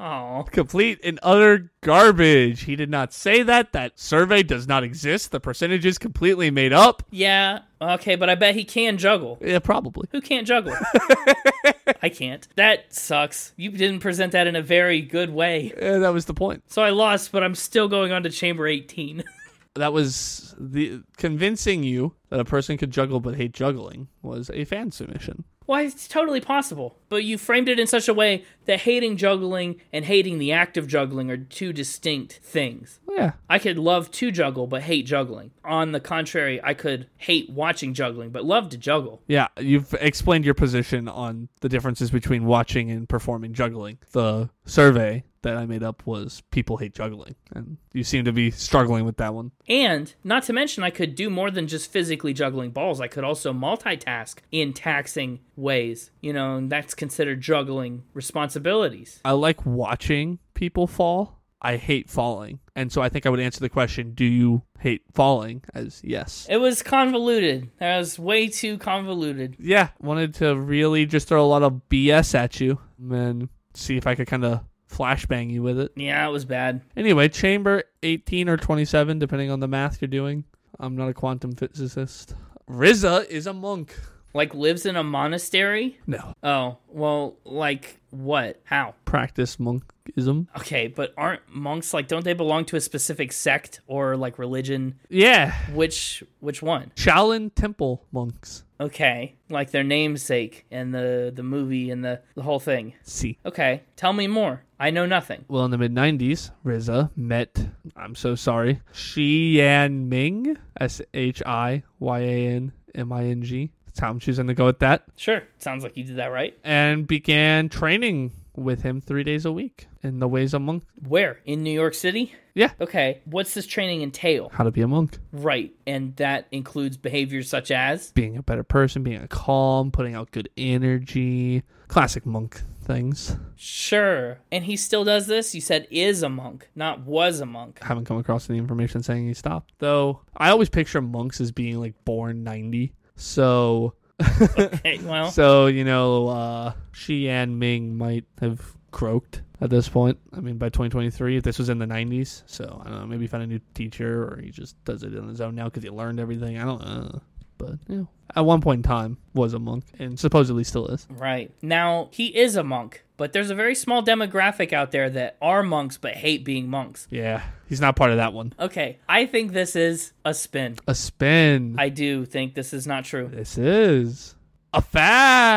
Speaker 1: Oh,
Speaker 3: Complete and utter garbage. He did not say that. That survey does not exist. The percentage is completely made up.
Speaker 1: yeah. Okay, but I bet he can juggle.
Speaker 3: Yeah, probably.
Speaker 1: Who can't juggle? I can't. That sucks. You didn't present that in a very good way.
Speaker 3: Yeah, that was the point.
Speaker 1: So I lost, but I'm still going on to chamber 18.
Speaker 3: That was the convincing you that a person could juggle but hate juggling was a fan submission.
Speaker 1: Why, it's totally possible. But you framed it in such a way that hating juggling and hating the act of juggling are two distinct things.
Speaker 3: Yeah,
Speaker 1: I could love to juggle, but hate juggling. On the contrary, I could hate watching juggling, but love to juggle.
Speaker 3: Yeah, you've explained your position on the differences between watching and performing juggling. The survey that I made up was people hate juggling, and you seem to be struggling with that one.
Speaker 1: And not to mention, I could do more than just physically juggling balls. I could also multitask in taxing ways, you know, and that's considered juggling responsibilities.
Speaker 3: I like watching people fall. I hate falling. And so I think I would answer the question, do you hate falling as yes.
Speaker 1: It was convoluted. That was way too convoluted.
Speaker 3: Yeah, wanted to really just throw a lot of BS at you and see if I could kind of flashbang you with it.
Speaker 1: Yeah, it was bad.
Speaker 3: Anyway, chamber 18 or 27, depending on the math you're doing. I'm not a quantum physicist. Riza is a monk.
Speaker 1: Like, lives in a monastery?
Speaker 3: No.
Speaker 1: Oh, well, like what? How?
Speaker 3: Practice monkism.
Speaker 1: Okay, but aren't monks like don't they belong to a specific sect or like religion?
Speaker 3: Yeah.
Speaker 1: Which which one?
Speaker 3: Shaolin temple monks.
Speaker 1: Okay, like their namesake and the the movie and the the whole thing.
Speaker 3: See.
Speaker 1: Okay, tell me more. I know nothing.
Speaker 3: Well, in the mid 90s, Riza met, I'm so sorry, Shi Yan Ming. S H I Y A N M I N G. That's how I'm choosing to go with that.
Speaker 1: Sure, sounds like you did that right.
Speaker 3: And began training with him three days a week in the ways of monk.
Speaker 1: Where? In New York City?
Speaker 3: Yeah.
Speaker 1: Okay, what's this training entail?
Speaker 3: How to be a monk.
Speaker 1: Right, and that includes behaviors such as
Speaker 3: being a better person, being a calm, putting out good energy, classic monk things.
Speaker 1: Sure. And he still does this? You said is a monk, not was a monk.
Speaker 3: I haven't come across any information saying he stopped. Though I always picture monks as being like born 90. So
Speaker 1: Okay, well,
Speaker 3: so you know, uh Shi and Ming might have croaked at this point. I mean by 2023, if this was in the 90s, so I don't know, maybe he found a new teacher or he just does it on his own now cuz he learned everything. I don't know. But, you know, at one point in time was a monk and supposedly still is.
Speaker 1: Right. Now, he is a monk, but there's a very small demographic out there that are monks but hate being monks.
Speaker 3: Yeah, he's not part of that one.
Speaker 1: Okay, I think this is a spin.
Speaker 3: A spin.
Speaker 1: I do think this is not true.
Speaker 3: This is a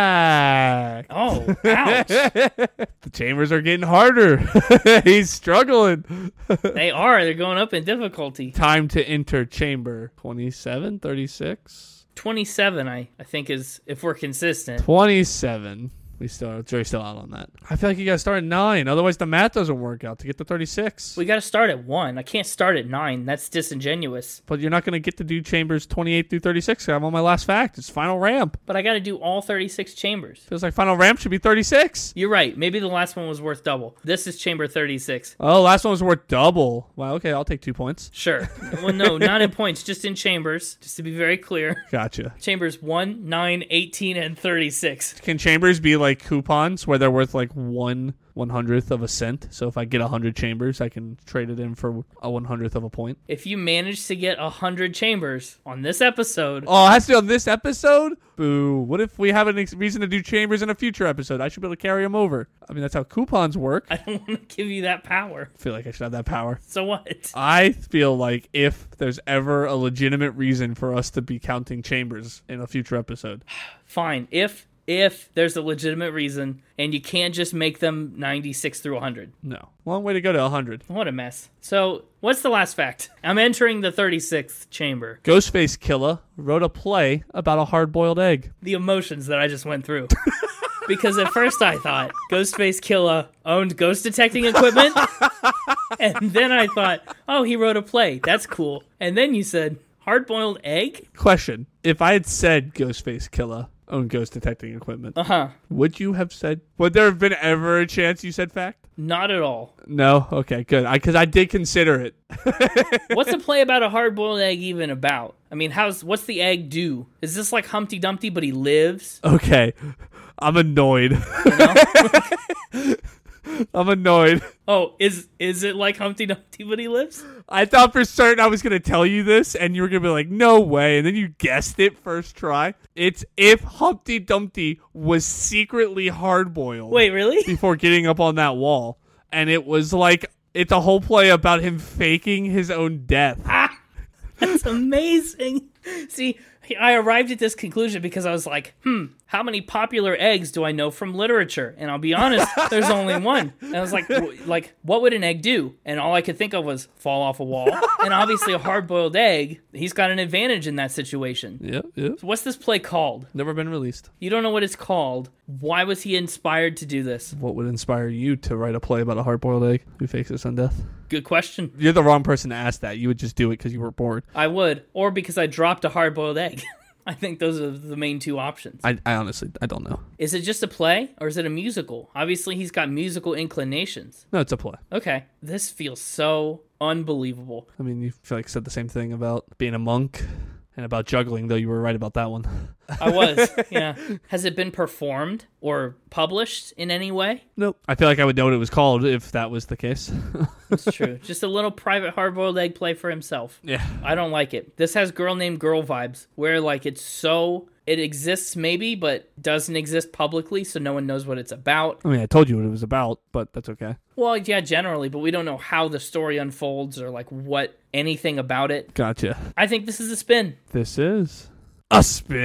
Speaker 3: fact.
Speaker 1: Oh, ouch.
Speaker 3: the chambers are getting harder. He's struggling.
Speaker 1: they are. They're going up in difficulty.
Speaker 3: Time to enter chamber 27, 36,
Speaker 1: 27, I, I think, is if we're consistent.
Speaker 3: 27. We still jury's still out on that. I feel like you gotta start at nine, otherwise the math doesn't work out to get to thirty six.
Speaker 1: We got to start at one. I can't start at nine. That's disingenuous.
Speaker 3: But you're not gonna get to do chambers twenty eight through thirty six. I'm on my last fact. It's final ramp.
Speaker 1: But I got to do all 36 chambers.
Speaker 3: Feels like final ramp should be thirty six.
Speaker 1: You're right. Maybe the last one was worth double. This is chamber 36.
Speaker 3: Oh, last one was worth double. Wow, okay, I'll take two points.
Speaker 1: Sure. well, no, not in points, just in chambers, just to be very clear.
Speaker 3: Gotcha.
Speaker 1: Chambers 1, 9, 18, and 36.
Speaker 3: Can chambers be like coupons where they're worth like one one hundredth of a cent? So if I get a hundred chambers, I can trade it in for a one hundredth of a point.
Speaker 1: If you manage to get 100 chambers on this episode,
Speaker 3: Oh, it has to be on this episode. Boo! What if we have a ex- reason to do chambers in a future episode? I should be able to carry them over. I mean, that's how coupons work. I
Speaker 1: I don't want to give you that power.
Speaker 3: feel like I should have that power.
Speaker 1: So what?
Speaker 3: I feel like if there's ever a legitimate reason for us to be counting chambers in a future episode,
Speaker 1: Fine. If if there's a legitimate reason and you can't just make them 96 through 100.
Speaker 3: no, long way to go to hundred.
Speaker 1: What a mess. So, what's the last fact? I'm entering the 36th chamber.
Speaker 3: Ghostface Killer wrote a play about a hard-boiled egg.
Speaker 1: the emotions that I just went through. because at first I thought Ghostface Killa owned ghost detecting equipment. and then I thought, oh, he wrote a play. That's cool. And then you said, hard boiled egg?
Speaker 3: Question: If I had said Ghostface Killer owned ghost detecting equipment,
Speaker 1: Uh huh.
Speaker 3: would you have said? Would there have been ever a chance you said fact?
Speaker 1: Not at all.
Speaker 3: No. Okay. Good. I because I did consider it.
Speaker 1: What's a play about a hard boiled egg even about? I mean, how's what's the egg do? Is this like Humpty Dumpty, but he lives?
Speaker 3: Okay. I'm annoyed. I'm annoyed.
Speaker 1: Oh, is is it like Humpty Dumpty, but he lives?
Speaker 3: I thought for certain I was going to tell you this, and you were going to be like, no way. And then you guessed it first try. It's if Humpty Dumpty was secretly hard boiled
Speaker 1: Wait, really?
Speaker 3: before getting up on that wall. And it was like, it's a whole play about him faking his own death.
Speaker 1: That's amazing. See, I arrived at this conclusion because I was like, hmm, how many popular eggs do I know from literature? And I'll be honest, there's only one. And I was like, w- like, what would an egg do? And all I could think of was fall off a wall. And obviously, a hard boiled egg, he's got an advantage in that situation.
Speaker 3: Yep, yep.
Speaker 1: What's this play called?
Speaker 3: Never been released.
Speaker 1: You don't know what it's called. Why was he inspired to do this?
Speaker 3: What would inspire you to write a play about a hard boiled egg who fakes his own death?
Speaker 1: Good question.
Speaker 3: You're the wrong person to ask that. You would just do it because you were bored.
Speaker 1: I would, or because I dropped a hard boiled egg. I think those are the main two options.
Speaker 3: I, I honestly, I don't know.
Speaker 1: Is it just a play or is it a musical? Obviously, he's got musical inclinations.
Speaker 3: No, it's a play.
Speaker 1: Okay, this feels so unbelievable.
Speaker 3: I mean, you feel like said the same thing about being a monk and about juggling, though you were right about that one.
Speaker 1: I was, yeah. Has it been performed or published in any way?
Speaker 3: Nope. I feel like I would know what it was called if that was the case.
Speaker 1: It's true. just a little private hard boiled egg play for himself.
Speaker 3: yeah.
Speaker 1: I don't like it. This has girl named girl vibes where, like, it's so. It exists maybe, but doesn't exist publicly, so no one knows what it's about.
Speaker 3: I mean, I told you what it was about, but that's okay.
Speaker 1: Well, yeah, generally, but we don't know how the story unfolds or, like, what anything about it.
Speaker 3: Gotcha.
Speaker 1: I think this is a spin.
Speaker 3: This is a spin.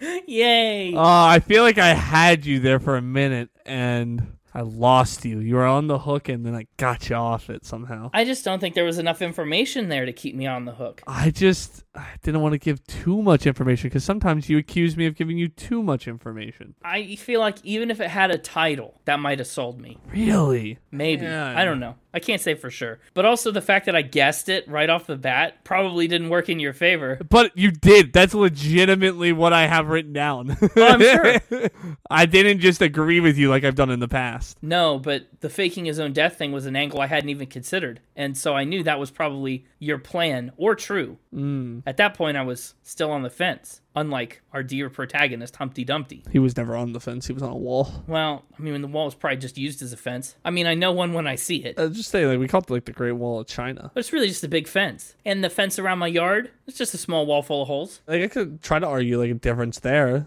Speaker 1: Yay!
Speaker 3: oh, I feel like I had you there for a minute and I lost you. You were on the hook and then I got you off it somehow.
Speaker 1: I just don't think there was enough information there to keep me on the hook.
Speaker 3: I just I didn't want to give too much information because sometimes you accuse me of giving you too much information.
Speaker 1: I feel like even if it had a title, that might have sold me.
Speaker 3: Really?
Speaker 1: Maybe.
Speaker 3: Yeah.
Speaker 1: I don't know. I can't say for sure. But also the fact that I guessed it right off the bat probably didn't work in your favor.
Speaker 3: But you did. That's legitimately what I have written down.
Speaker 1: I'm
Speaker 3: I didn't just agree with you like I've done in the past.
Speaker 1: No, but the faking his own death thing was an angle I hadn't even considered. And so I knew that was probably your plan or true. At that point, I was still on the fence, unlike our dear protagonist, Humpty Dumpty.
Speaker 3: He was never on the fence. He was on a wall.
Speaker 1: Well, I mean, the wall was probably just used as a fence. I mean, I know one when I see it.
Speaker 3: I was Uh, just saying, like we called it like the Great Wall of China.
Speaker 1: But it's really just a big fence. And the fence around my yard, it's just a small wall full of holes.
Speaker 3: Like I could try to argue like a difference there,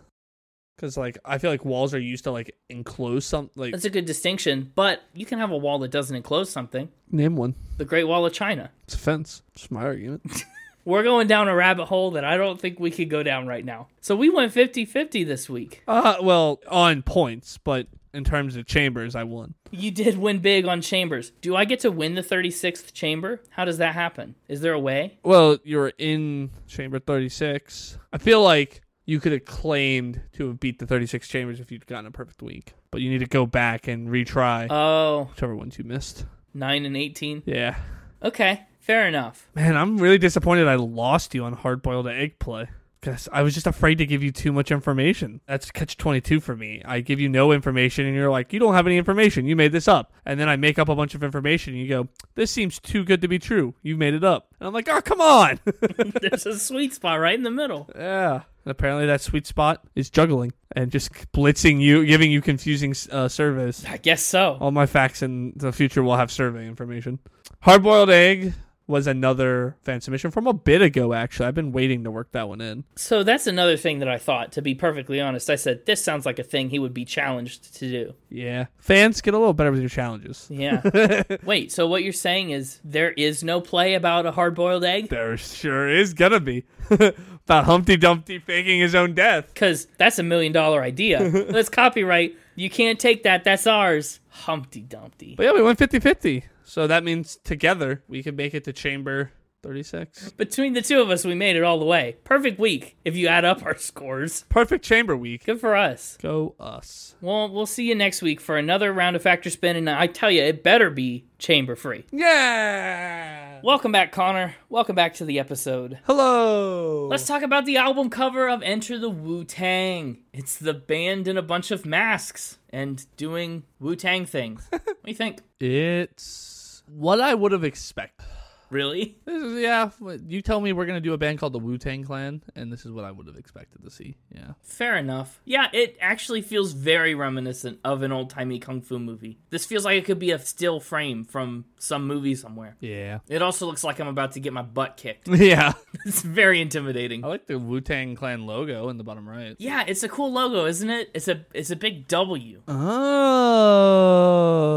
Speaker 3: because like I feel like walls are used to like enclose something. Like
Speaker 1: That's a good distinction, but you can have a wall that doesn't enclose something.
Speaker 3: name one.
Speaker 1: The Great Wall of China.
Speaker 3: It's a fence. It's my argument.
Speaker 1: We're going down a rabbit hole that I don't think we could go down right now. So we went 50 50 this week.
Speaker 3: uh, well, on points, but in terms of chambers, I won.
Speaker 1: You did win big on chambers. Do I get to win the 36th chamber? How does that happen? Is there a way?
Speaker 3: Well, you're in chamber 36. I feel like you could have claimed to have beat the 36 chambers if you'd gotten a perfect week. But you need to go back and retry
Speaker 1: Oh,
Speaker 3: whichever ones you missed.
Speaker 1: 9 and 18.
Speaker 3: Yeah.
Speaker 1: Okay, fair enough.
Speaker 3: Man, I'm really disappointed I lost you on hard boiled egg play. Because I was just afraid to give you too much information. That's catch 22 for me. I give you no information, and you're like, you don't have any information. You made this up. And then I make up a bunch of information, and you go, this seems too good to be true. You made it up. And I'm like, oh, come on.
Speaker 1: There's a sweet spot right in the middle.
Speaker 3: Yeah. And apparently that sweet spot is juggling and just blitzing you, giving you confusing uh, surveys.
Speaker 1: I guess so.
Speaker 3: All my facts in the future will have survey information. Hard boiled egg was another fan submission from a bit ago, actually. I've been waiting to work that one in.
Speaker 1: So that's another thing that I thought, to be perfectly honest. I said, this sounds like a thing he would be challenged to do.
Speaker 3: Yeah. Fans get a little better with your challenges.
Speaker 1: Yeah. Wait, so what you're saying is there is no play about a hard boiled egg?
Speaker 3: There sure is gonna be. About Humpty Dumpty faking his own death.
Speaker 1: Because that's a million dollar idea. That's copyright. You can't take that. That's ours. Humpty Dumpty.
Speaker 3: But yeah, we went 50 50. So that means together we can make it to chamber 36.
Speaker 1: Between the two of us, we made it all the way. Perfect week if you add up our scores.
Speaker 3: Perfect chamber week.
Speaker 1: Good for us.
Speaker 3: Go us.
Speaker 1: Well, we'll see you next week for another round of Factor Spin, and I tell you, it better be chamber free.
Speaker 3: Yeah.
Speaker 1: Welcome back, Connor. Welcome back to the episode.
Speaker 3: Hello.
Speaker 1: Let's talk about the album cover of Enter the Wu Tang. It's the band in a bunch of masks and doing Wu Tang things. what do you think?
Speaker 3: it's what I would have expected.
Speaker 1: Really?
Speaker 3: This is yeah. what- You tell me we're gonna do a band called the Wu Tang Clan, and this is what I would have expected to see. Yeah.
Speaker 1: Fair enough. Yeah, it actually feels very reminiscent of an old timey kung fu movie. This feels like it could be a still frame from some movie somewhere.
Speaker 3: Yeah.
Speaker 1: It also looks like I'm about to get my butt kicked.
Speaker 3: Yeah.
Speaker 1: It's very intimidating.
Speaker 3: I like the Wu Tang Clan logo in the bottom right.
Speaker 1: Yeah, it's a cool logo, isn't it? It's a it's a big W.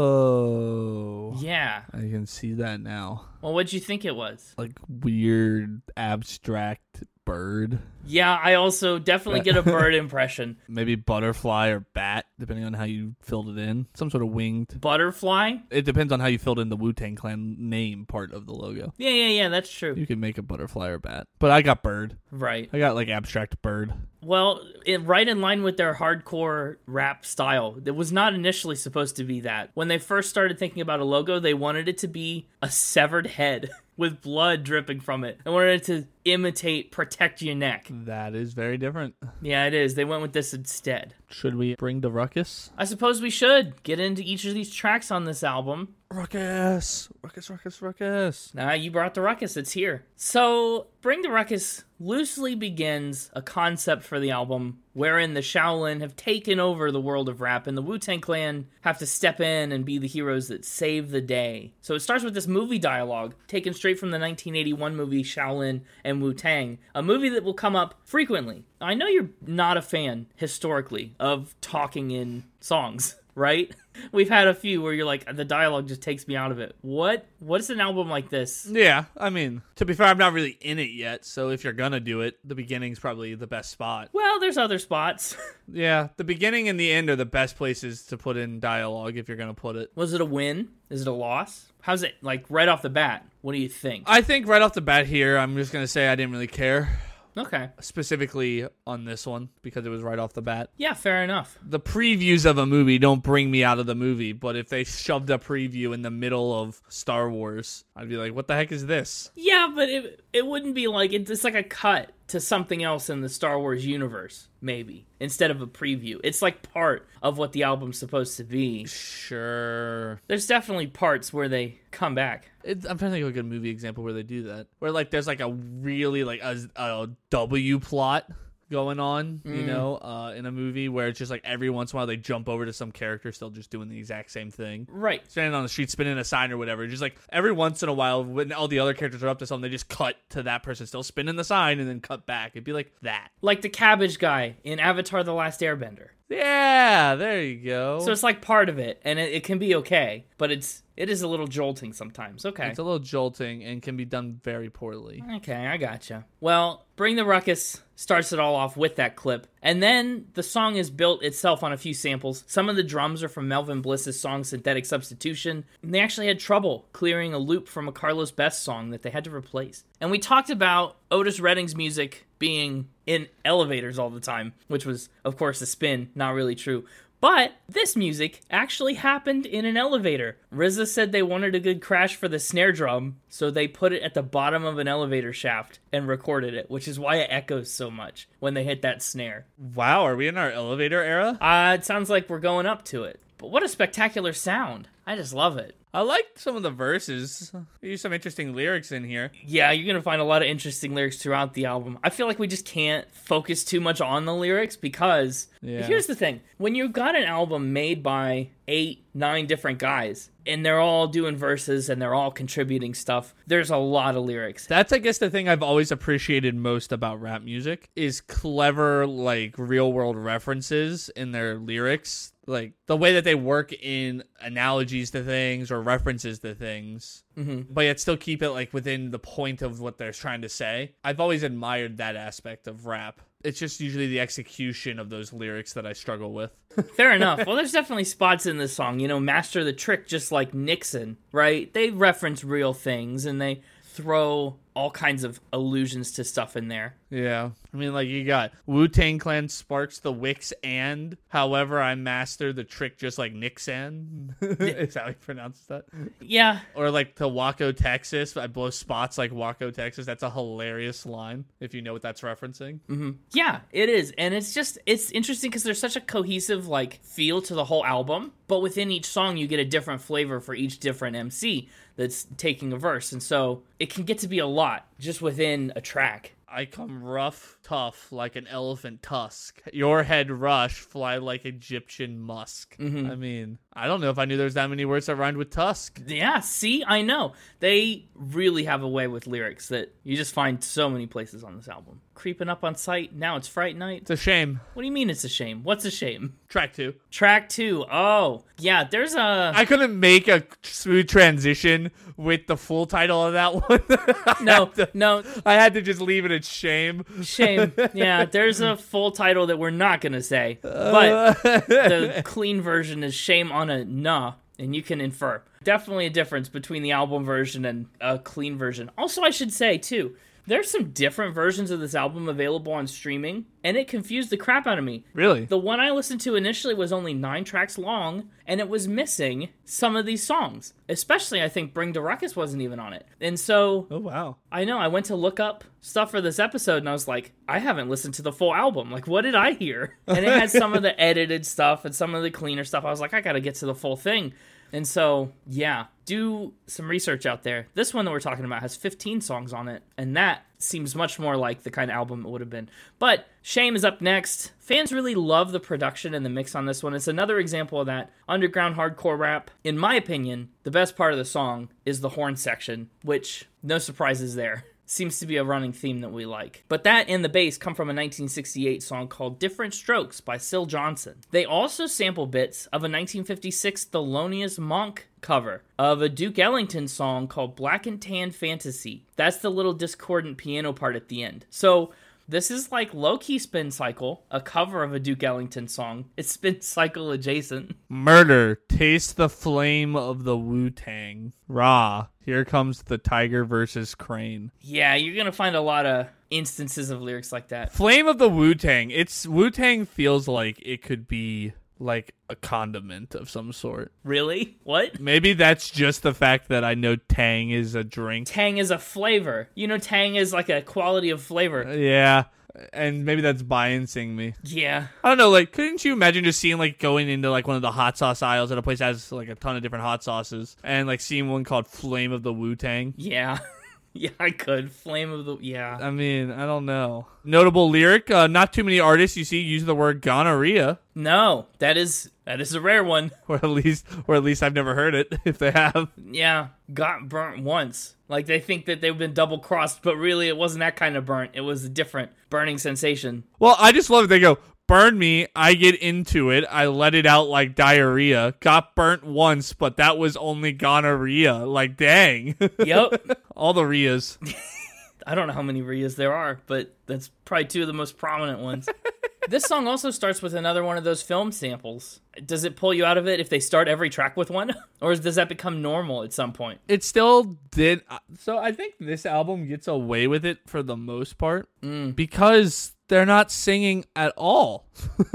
Speaker 3: Oh.
Speaker 1: Yeah.
Speaker 3: I can see that now.
Speaker 1: Well, what'd you think it was?
Speaker 3: Like weird abstract bird.
Speaker 1: Yeah, I also definitely get a bird impression.
Speaker 3: Maybe butterfly or bat, depending on how you filled it in. Some sort of winged
Speaker 1: Butterfly?
Speaker 3: It depends on how you filled in the Wu Tang Clan name part of the logo.
Speaker 1: Yeah, yeah, yeah, that's true.
Speaker 3: You can make a butterfly or bat. But I got bird.
Speaker 1: Right.
Speaker 3: I got like abstract bird.
Speaker 1: Well, it, right in line with their hardcore rap style. It was not initially supposed to be that. When they first started thinking about a logo, they wanted it to be a severed head with blood dripping from it. They wanted it to imitate protect your neck.
Speaker 3: That is very different.
Speaker 1: Yeah, it is. They went with this instead.
Speaker 3: Should we bring the ruckus?
Speaker 1: I suppose we should get into each of these tracks on this album.
Speaker 3: Ruckus. Ruckus, ruckus, ruckus.
Speaker 1: Nah, you brought the ruckus, it's here. So, Bring the Ruckus loosely begins a concept for the album wherein the Shaolin have taken over the world of rap and the Wu Tang Clan have to step in and be the heroes that save the day. So, it starts with this movie dialogue taken straight from the 1981 movie Shaolin and Wu Tang, a movie that will come up frequently. I know you're not a fan historically of talking in songs. right? We've had a few where you're like the dialogue just takes me out of it. What what is an album like this?
Speaker 3: Yeah, I mean, to be fair, I'm not really in it yet. So if you're going to do it, the beginning's probably the best spot.
Speaker 1: Well, there's other spots.
Speaker 3: Yeah, the beginning and the end are the best places to put in dialogue if you're going to put it.
Speaker 1: Was it a win? Is it a loss? How's it like right off the bat? What do you think?
Speaker 3: I think right off the bat here, I'm just going to say I didn't really care
Speaker 1: Okay.
Speaker 3: specifically on this one because it was right off the bat.
Speaker 1: Yeah, fair enough.
Speaker 3: the previews of a movie don't bring me out of the movie, but if they shoved a preview in the middle of Star Wars, I'd be like, what the heck is this?
Speaker 1: Yeah, but it it wouldn't be like it's like a cut to something else in the Star Wars universe, maybe instead of a preview. It's like part of what the album's supposed to be.
Speaker 3: Sure.
Speaker 1: There's definitely parts where they come back.
Speaker 3: It's, I'm trying to think of a good movie example where they do that. Where, like, there's like a really, like, a, a W plot going on, you know, uh, in a movie where it's just like every once in a while they jump over to some character still just doing the exact same thing.
Speaker 1: Right.
Speaker 3: Standing on the street, spinning a sign or whatever. Just like every once in a while, when all the other characters are up to something, they just cut to that person still spinning the sign and then cut back. It'd be like that.
Speaker 1: Like the cabbage guy in Avatar the Last Airbender.
Speaker 3: Yeah, there you go.
Speaker 1: So it's like part of it, and it, it can be okay, but it's it is a little jolting sometimes. Okay,
Speaker 3: it's a little jolting and can be done very poorly.
Speaker 1: okay, I gotcha. Well, bring the ruckus starts it all off with that clip, and then the song is built itself on a few samples. Some of the drums are from Melvin Bliss's song "Synthetic Substitution," and they actually had trouble clearing a loop from a Carlos Best song that they had to replace. And we talked about Otis Redding's music being in elevators all the time, which was, of course, a spin, not really true. But this music actually happened in an elevator. RZA said they wanted a good crash for the snare drum, so they put it at the bottom of an elevator shaft and recorded it, which is why it echoes so much when they hit that snare.
Speaker 3: Wow, are we in our elevator era?
Speaker 1: Uh, it sounds like we're going up to it. But what a spectacular sound. I just love it.
Speaker 3: I liked some of the verses. There's some interesting lyrics in here.
Speaker 1: Yeah, you're going to find a lot of interesting lyrics throughout the album. I feel like we just can't focus too much on the lyrics because
Speaker 3: Yeah.
Speaker 1: here's the thing when you've got an album made by eight, nine different guys and they're all doing verses and they're all contributing stuff, there's a lot of lyrics.
Speaker 3: That's I guess the thing I've always appreciated most about rap music is clever like real world references in their lyrics. Like the way that they work in analogies to things or references to things, mm-hmm. but yet still keep it like within the point of what they're trying to say. I've always admired that aspect of rap. It's just usually the execution of those lyrics that I struggle with.
Speaker 1: Fair enough. Well, there's definitely spots in this song, you know, Master the Trick, just like Nixon, right? They reference real things and they throw all kinds of allusions to stuff in there.
Speaker 3: Yeah. I mean, like, you got Wu Tang Clan sparks the wicks and, however, I master the trick just like Nixon. Is that how you pronounce that?
Speaker 1: Yeah,
Speaker 3: Or like to Waco, Texas. I blow spots like Waco, Texas. That's a hilarious line if you know what that's referencing.
Speaker 1: Yeah, it is. And it's just it's interesting cuz there's such a cohesive like feel to the whole album, but within each song you get a different flavor for each different MC that's taking a verse. And so it can get to be a lot just within a track.
Speaker 3: I come rough, tough, like an elephant tusk. Your head rush, fly like Egyptian musk. I mean, I don't know if I knew there was that many words that rhymed with tusk.
Speaker 1: Yeah, see, I know. They really have a way with lyrics that you just find so many places on this album. Creeping up on sight, now it's Fright Night.
Speaker 3: It's a shame.
Speaker 1: What do you mean it's a shame? What's a shame?
Speaker 3: Track two.
Speaker 1: Track 2. Oh, yeah, there's a
Speaker 3: I couldn't make a smooth transition with the full title of that one.
Speaker 1: no, no,
Speaker 3: I had to just leave it at shame.
Speaker 1: Shame. Yeah, there's a full title that we're not going to say, but the clean version is Shame on a Nah, and you can infer. Definitely a difference between the album version and a clean version. Also, I should say, too, there's some different versions of this album available on streaming, and it confused the crap out of me.
Speaker 3: Really?
Speaker 1: The one I listened to initially was only nine tracks long, and it was missing some of these songs. Especially, I think Bring the Ruckus wasn't even on it. And so
Speaker 3: Oh wow.
Speaker 1: I know. I went to look up stuff for this episode and I was like, I haven't listened to the full album. Like, what did I hear? And it had some of the edited stuff and some of the cleaner stuff. I was like, I got to get to the full thing. And so, yeah, do some research out there. This one that we're talking about has 15 songs on it, and that seems much more like the kind of album it would have been. But Shame is up next. Fans really love the production and the mix on this one. It's another example of that underground hardcore rap. In my opinion, the best part of the song is the horn section, which no surprises there. Seems to be a running theme that we like. But that and the bass come from a 1968 song called Different Strokes by Syl Johnson. They also sample bits of a 1956 Thelonious Monk cover of a Duke Ellington song called Black and Tan Fantasy. That's the little discordant piano part at the end. So this is like low key spin cycle, a cover of a Duke Ellington song. It's spin cycle adjacent.
Speaker 3: Murder. Taste the flame of the Wu Tang. Raw. Here comes the tiger versus crane.
Speaker 1: Yeah, you're gonna find a lot of instances of lyrics like that.
Speaker 3: Flame of the Wu Tang. It's Wu Tang feels like it could be like a condiment of some sort.
Speaker 1: Really? What?
Speaker 3: Maybe that's just the fact that I know Tang is a drink.
Speaker 1: Tang is a flavor. You know, tang is like a quality of flavor.
Speaker 3: Yeah. And maybe that's biasing me.
Speaker 1: Yeah.
Speaker 3: I don't know, like, couldn't you imagine just seeing, like, going into, like, one of the hot sauce aisles at a place that has, like, a ton of different hot sauces and, like, seeing one called Flame of the Wu Tang?
Speaker 1: Yeah. yeah, I could. Flame of the. Yeah.
Speaker 3: I mean, I don't know. Notable lyric, uh, not too many artists you see use the word gonorrhea,
Speaker 1: No, that is. That is a rare one.
Speaker 3: or at least, or at least I've never heard it if they have.
Speaker 1: Yeah, got burnt once. Like they think that they've been double crossed, but really it wasn't that kind of burnt. It was a different burning sensation.
Speaker 3: Well, I just love it. They go, burn me. I get into it. I let it out like diarrhea. Got burnt once, but that was only gonorrhea. Like, dang.
Speaker 1: Yep.
Speaker 3: All the rheas.
Speaker 1: I don't know how many Rias there are, but that's probably two of the most prominent ones. this song also starts with another one of those film samples. Does it pull you out of it if they start every track with one? or does that become normal at some point?
Speaker 3: It still did. uh, So I think this album gets away with it for the most part because they're not singing at all.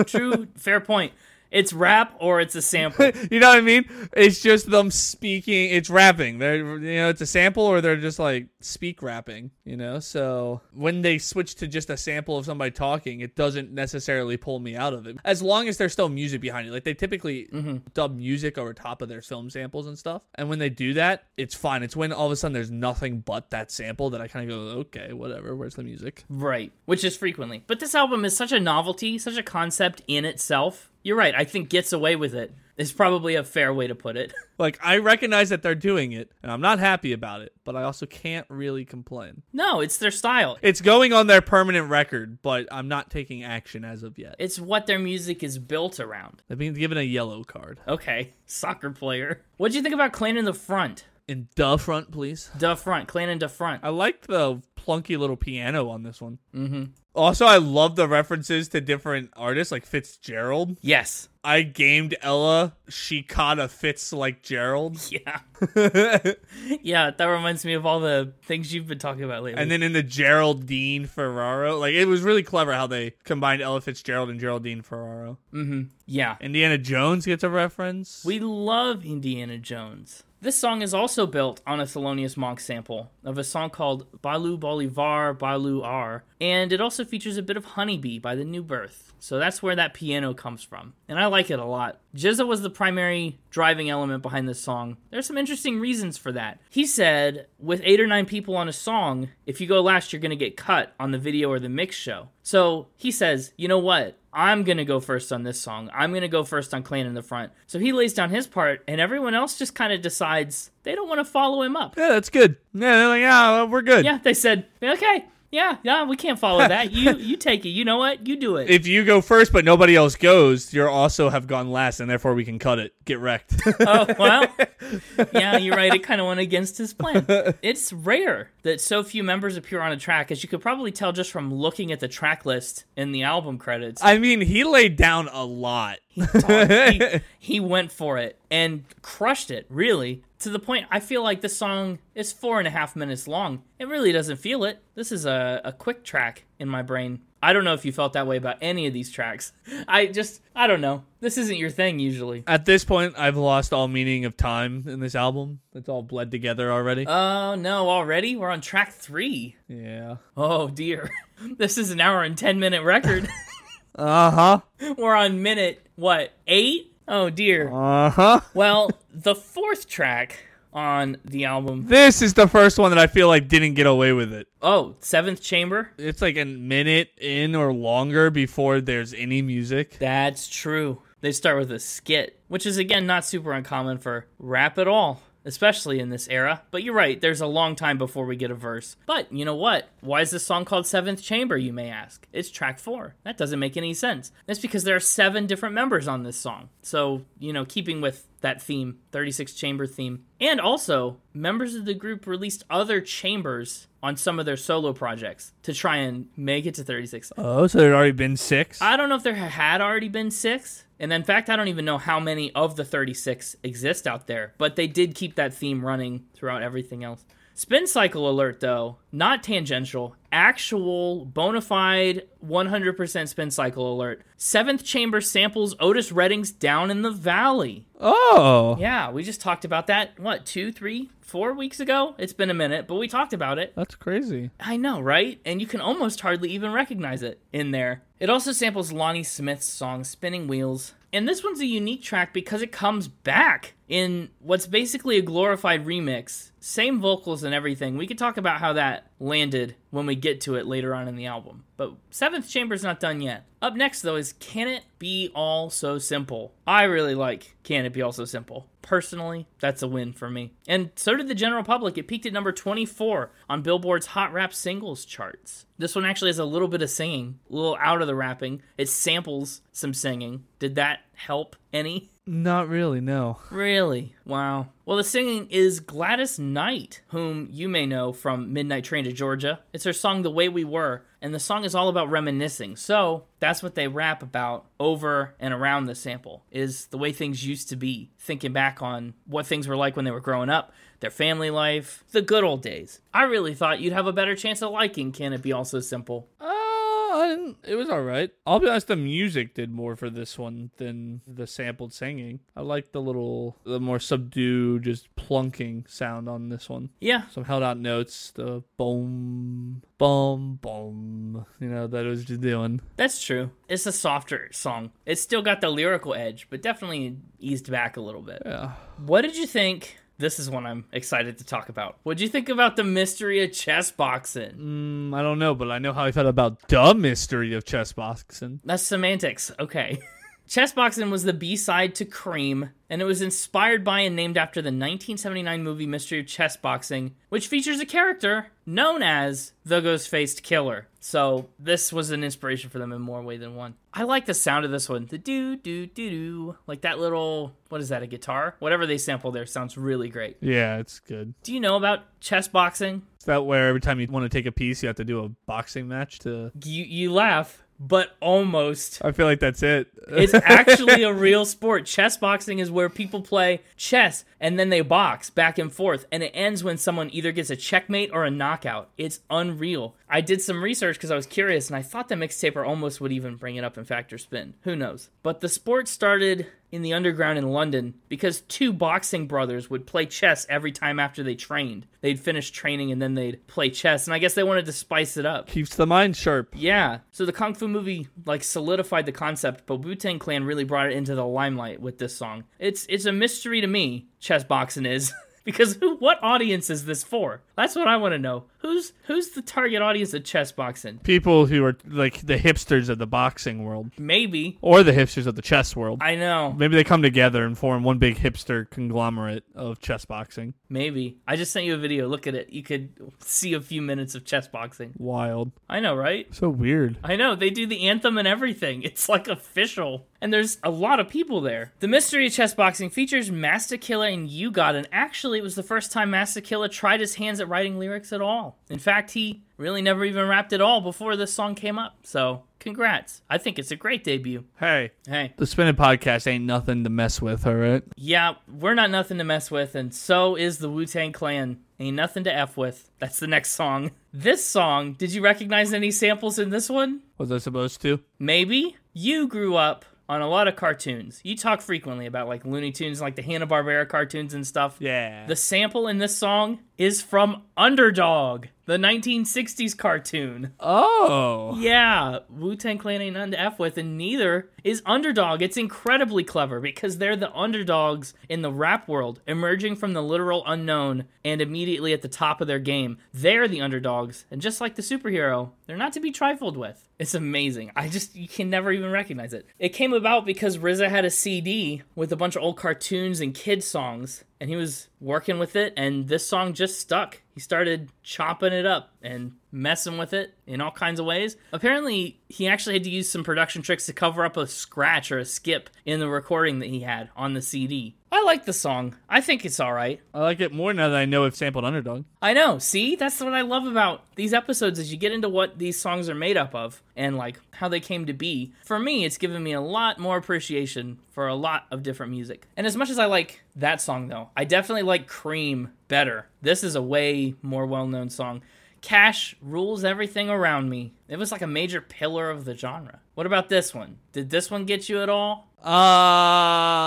Speaker 1: True, fair point. It's rap or it's a sample.
Speaker 3: you know what I mean? It's just them speaking. It's rapping. They're you know it's a sample or they're just like speak rapping. You know, so when they switch to just a sample of somebody talking, it doesn't necessarily pull me out of it. As long as there's still music behind it, like they typically dub music over top of their film samples and stuff. And when they do that, it's fine. It's when all of a sudden there's nothing but that sample that I kind of go, okay, whatever. Where's the music?
Speaker 1: Right, which is frequently. But this album is such a novelty, such a concept in itself. You're right, I think gets away with it is probably a fair way to put it.
Speaker 3: Like I recognize that they're doing it, and I'm not happy about it, but I also can't really complain.
Speaker 1: No, it's their style.
Speaker 3: It's going on their permanent record, but I'm not taking action as of yet.
Speaker 1: It's what their music is built around.
Speaker 3: They've been given a yellow card.
Speaker 1: Okay, soccer player. What'd you think about Clan in the Front?
Speaker 3: In the front, please.
Speaker 1: Da Front, Clan in the Front.
Speaker 3: I liked the plunky little piano on this one. Mm-hmm. Also, I love the references to different artists, like Fitzgerald.
Speaker 1: Yes.
Speaker 3: I gamed Ella. She caught a Fitz like Gerald.
Speaker 1: Yeah. yeah, that reminds me of all the things you've been talking about lately.
Speaker 3: And then in the Geraldine Ferraro, like it was really clever how they combined Ella Fitzgerald and Geraldine Ferraro.
Speaker 1: yeah.
Speaker 3: Indiana Jones gets a reference.
Speaker 1: We love Indiana Jones. This song is also built on a Thelonious Monk sample of a song called Balu Bolivar Balu R, and it also features a bit of Honeybee by The New Birth. So that's where that piano comes from, and I like it a lot. Jizza was the primary driving element behind this song. There's some interesting reasons for that. He said, with eight or nine people on a song, if you go last, you're going to get cut on the video or the mix show. So he says, you know what? I'm gonna go first on this song. I'm gonna go first on Clan in the Front. So he lays down his part, and everyone else just kind of decides they don't want to follow him up.
Speaker 3: yeah, that's good. Yeah, they're like, yeah, well, we're good.
Speaker 1: Yeah, they said, okay, yeah, yeah, we can't follow that. You you take it. You know what? You do it.
Speaker 3: if you go first but nobody else goes, you also have gone last, and therefore we can cut it. Get wrecked.
Speaker 1: oh well, yeah, you're right. It kind of went against his plan. It's rare that so few members appear on a track, as you could probably tell just from looking at the track list in the album credits.
Speaker 3: I mean, he laid down a lot.
Speaker 1: he, he went for it and crushed it, really. To the point, I feel like this song is four and a half minutes long. It really doesn't feel it. This is a, a quick track in my brain. I don't know if you felt that way about any of these tracks. I just, I don't know. This isn't your thing usually.
Speaker 3: At this point, I've lost all meaning of time in this album. It's all bled together already.
Speaker 1: Oh no, already? We're on track three.
Speaker 3: yeah.
Speaker 1: Oh dear. This is an hour and 10 minute record.
Speaker 3: Uh huh.
Speaker 1: We're on minute, what, eight? Oh dear.
Speaker 3: Uh huh.
Speaker 1: Well, the fourth track on the album
Speaker 3: This is the first one that I feel like didn't get away with it.
Speaker 1: Oh, Seventh Chamber?
Speaker 3: It's like a minute in or longer before there's any music.
Speaker 1: That's true. They start with a skit, which is again not super uncommon for rap at all, especially in this era. But you're right, there's a long time before we get a verse. But you know what? Why is this song called Seventh Chamber, you may ask? It's track four. That doesn't make any sense. That's because there are seven different members on this song. So, you know, keeping with that theme, 36 chamber theme. And also, members of the group released other chambers on some of their solo projects to try and make it to 36.
Speaker 3: Oh, so there'd already been six?
Speaker 1: I don't know if there had already been six. And in fact, I don't even know how many of the 36 exist out there, but they did keep that theme running throughout everything else. Spin cycle alert, though, not tangential, actual bona fide 100% spin cycle alert. Seventh chamber samples Otis Redding's Down in the Valley.
Speaker 3: oh.
Speaker 1: Yeah, we just talked about that, what, two, three, four weeks ago? It's been a minute, but we talked about it.
Speaker 3: That's crazy.
Speaker 1: I know, right? And you can almost hardly even recognize it in there. It also samples Lonnie Smith's song Spinning Wheels. And this one's a unique track because it comes back in what's basically a glorified remix. Same vocals and everything. We could talk about how that landed when we get to it later on in the album. But Seventh Chamber's not done yet. Up next, though, is Can It Be All So Simple? I really like Can It Be All So Simple. Personally, that's a win for me. And so did the general public. It peaked at number 24 on Billboard's Hot Rap Singles charts. This one actually has a little bit of singing, a little out of the rapping. It samples some singing. Did that help any?
Speaker 4: Not really, no.
Speaker 1: Really? Wow. Well, the singing is Gladys Knight, whom you may know from Midnight Train to Georgia. It's her song The Way We Were, and the song is all about reminiscing. So, that's what they rap about over and around the sample is the way things used to be, thinking back on what things were like when they were growing up, their family life, the good old days. I really thought you'd have a better chance of liking Can It Be All So Simple.
Speaker 3: Oh, I didn't, it was all right. I'll be honest, the music did more for this one than the sampled singing. I like the little, the more subdued, just plunking sound on this one.
Speaker 1: Yeah,
Speaker 3: Some held out notes, the boom, boom, boom, you know, that it was just doing.
Speaker 1: That's true. It's a softer song. It's still got the lyrical edge, but definitely eased back a little bit.
Speaker 3: Yeah.
Speaker 1: What did you think? This is one I'm excited to talk about. What did you think about the mystery of chess boxing?
Speaker 3: Mm, I don't know, but I know how I felt about the mystery of chess boxing.
Speaker 1: That's semantics. Okay. chess boxing was the B-side to Cream, and it was inspired by and named after the 1979 movie Mystery of Chess Boxing, which features a character known as the Ghost-Faced Killer. So this was an inspiration for them in more way than one. I like the sound of this one. The do do do do, like that little what is that? A guitar? Whatever they sample there sounds really great.
Speaker 3: Yeah, it's good.
Speaker 1: Do you know about chess boxing?
Speaker 3: It's that where every time you want to take a piece, you have to do a boxing match to.
Speaker 1: You you laugh, but almost.
Speaker 3: I feel like that's it.
Speaker 1: It's actually a real sport. Chess boxing is where people play chess and then they box back and forth, and it ends when someone either gets a checkmate or a knockout. It's unreal. I did some research because I was curious, and I thought the mixtaper almost would even bring it up in Factor Spin. Who knows? But the sport started in the underground in London because two boxing brothers would play chess every time after they trained. They'd finish training and then they'd play chess, and I guess they wanted to spice it up.
Speaker 3: Keeps the mind sharp.
Speaker 1: Yeah. So the Kung Fu movie like solidified the concept, but Wu Tang Clan really brought it into the limelight with this song. It's it's a mystery to me, chess boxing is. Because who what audience is this for? That's what I want to know. Who's who's the target audience of chess boxing?
Speaker 3: people who are like the hipsters of the boxing world
Speaker 1: Maybe.
Speaker 3: or the hipsters of the chess world.
Speaker 1: I know.
Speaker 3: Maybe they come together and form one big hipster conglomerate of chess boxing.
Speaker 1: Maybe. I just sent you a video. Look at it. You could see a few minutes of chess boxing.
Speaker 3: Wild.
Speaker 1: I know, right?
Speaker 3: So weird.
Speaker 1: I know, they do the anthem and everything. It's like official. And there's a lot of people there. The Mystery of Chess Boxing features Mastakilla and You God, and actually it was the first time Mastakilla tried his hands at writing lyrics at all. In fact, he really never even rapped at all before this song came up. So, congrats. I think it's a great debut.
Speaker 3: Hey,
Speaker 1: Hey.
Speaker 3: the spinning podcast ain't nothing to mess with, all right?
Speaker 1: Yeah, we're not nothing to mess with, and so is the Wu Tang Clan. Ain't nothing to F with. That's the next song. This song, did you recognize any samples in this one?
Speaker 3: Was I supposed to?
Speaker 1: Maybe you grew up on a lot of cartoons. You talk frequently about like Looney Tunes, like the Hanna-Barbera cartoons and stuff.
Speaker 3: Yeah.
Speaker 1: The sample in this song is from Underdog, the 1960s cartoon.
Speaker 3: oh.
Speaker 1: Yeah, Wu Tang Clan ain't nothing to F with, and neither is Underdog. It's incredibly clever because they're the underdogs in the rap world, emerging from the literal unknown and immediately at the top of their game. They're the underdogs, and just like the superhero, they're not to be trifled with. It's amazing. I just, you can never even recognize it. It came about because RZA had a CD with a bunch of old cartoons and kid songs, and he was working with it, and this song just stuck. He started chopping it up and messing with it in all kinds of ways. Apparently, he actually had to use some production tricks to cover up a scratch or a skip in the recording that he had on the CD. I like the song. I think it's all right.
Speaker 3: I like it more now that I know if sampled underdog.
Speaker 1: I know. See, that's what I love about these episodes is you get into what these songs are made up of and like how they came to be. For me, it's given me a lot more appreciation for a lot of different music. And as much as I like that song though, I definitely like Cream better. This is a way more well-known song. Cash rules everything around me. It was like a major pillar of the genre. What about this one? Did this one get you at all?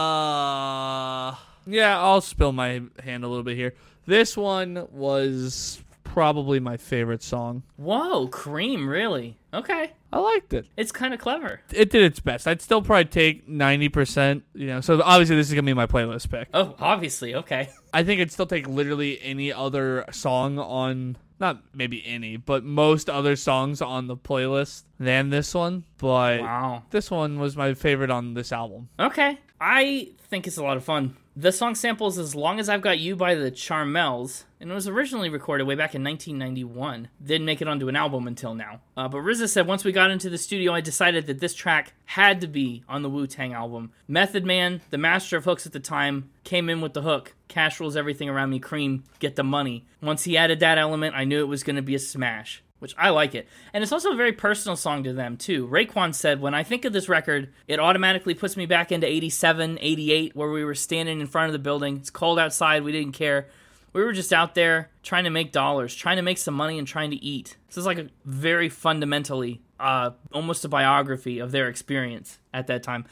Speaker 3: Uh yeah, I'll spill my hand a little bit here. This one was probably my favorite song.
Speaker 1: Whoa, Cream, really? Okay.
Speaker 3: I liked it.
Speaker 1: It's kind of clever.
Speaker 3: It did its best. I'd still probably take ninety percent. You know, so obviously this is gonna be my playlist pick.
Speaker 1: Oh, obviously. Okay.
Speaker 3: I think I'd still take literally any other song on not maybe any, but most other songs on the playlist than this one. But
Speaker 1: Wow.
Speaker 3: this one was my favorite on this album.
Speaker 1: Okay. I think it's a lot of fun. The song samples As Long As I've Got You by the Charmels, and it was originally recorded way back in 1991. Didn't make it onto an album until now. Uh, but RZA said, once we got into the studio, I decided that this track had to be on the Wu-Tang album. Method Man, the master of hooks at the time, came in with the hook. Cash rules everything around me, cream, get the money. Once he added that element, I knew it was going to be a smash which I like it. And it's also a very personal song to them, too. Raekwon said, When I think of this record, it automatically puts me back into 87, 88, where we were standing in front of the building. It's cold outside, we didn't care. We were just out there trying to make dollars, trying to make some money, and trying to eat. This is like a very fundamentally, uh, almost a biography of their experience at that time.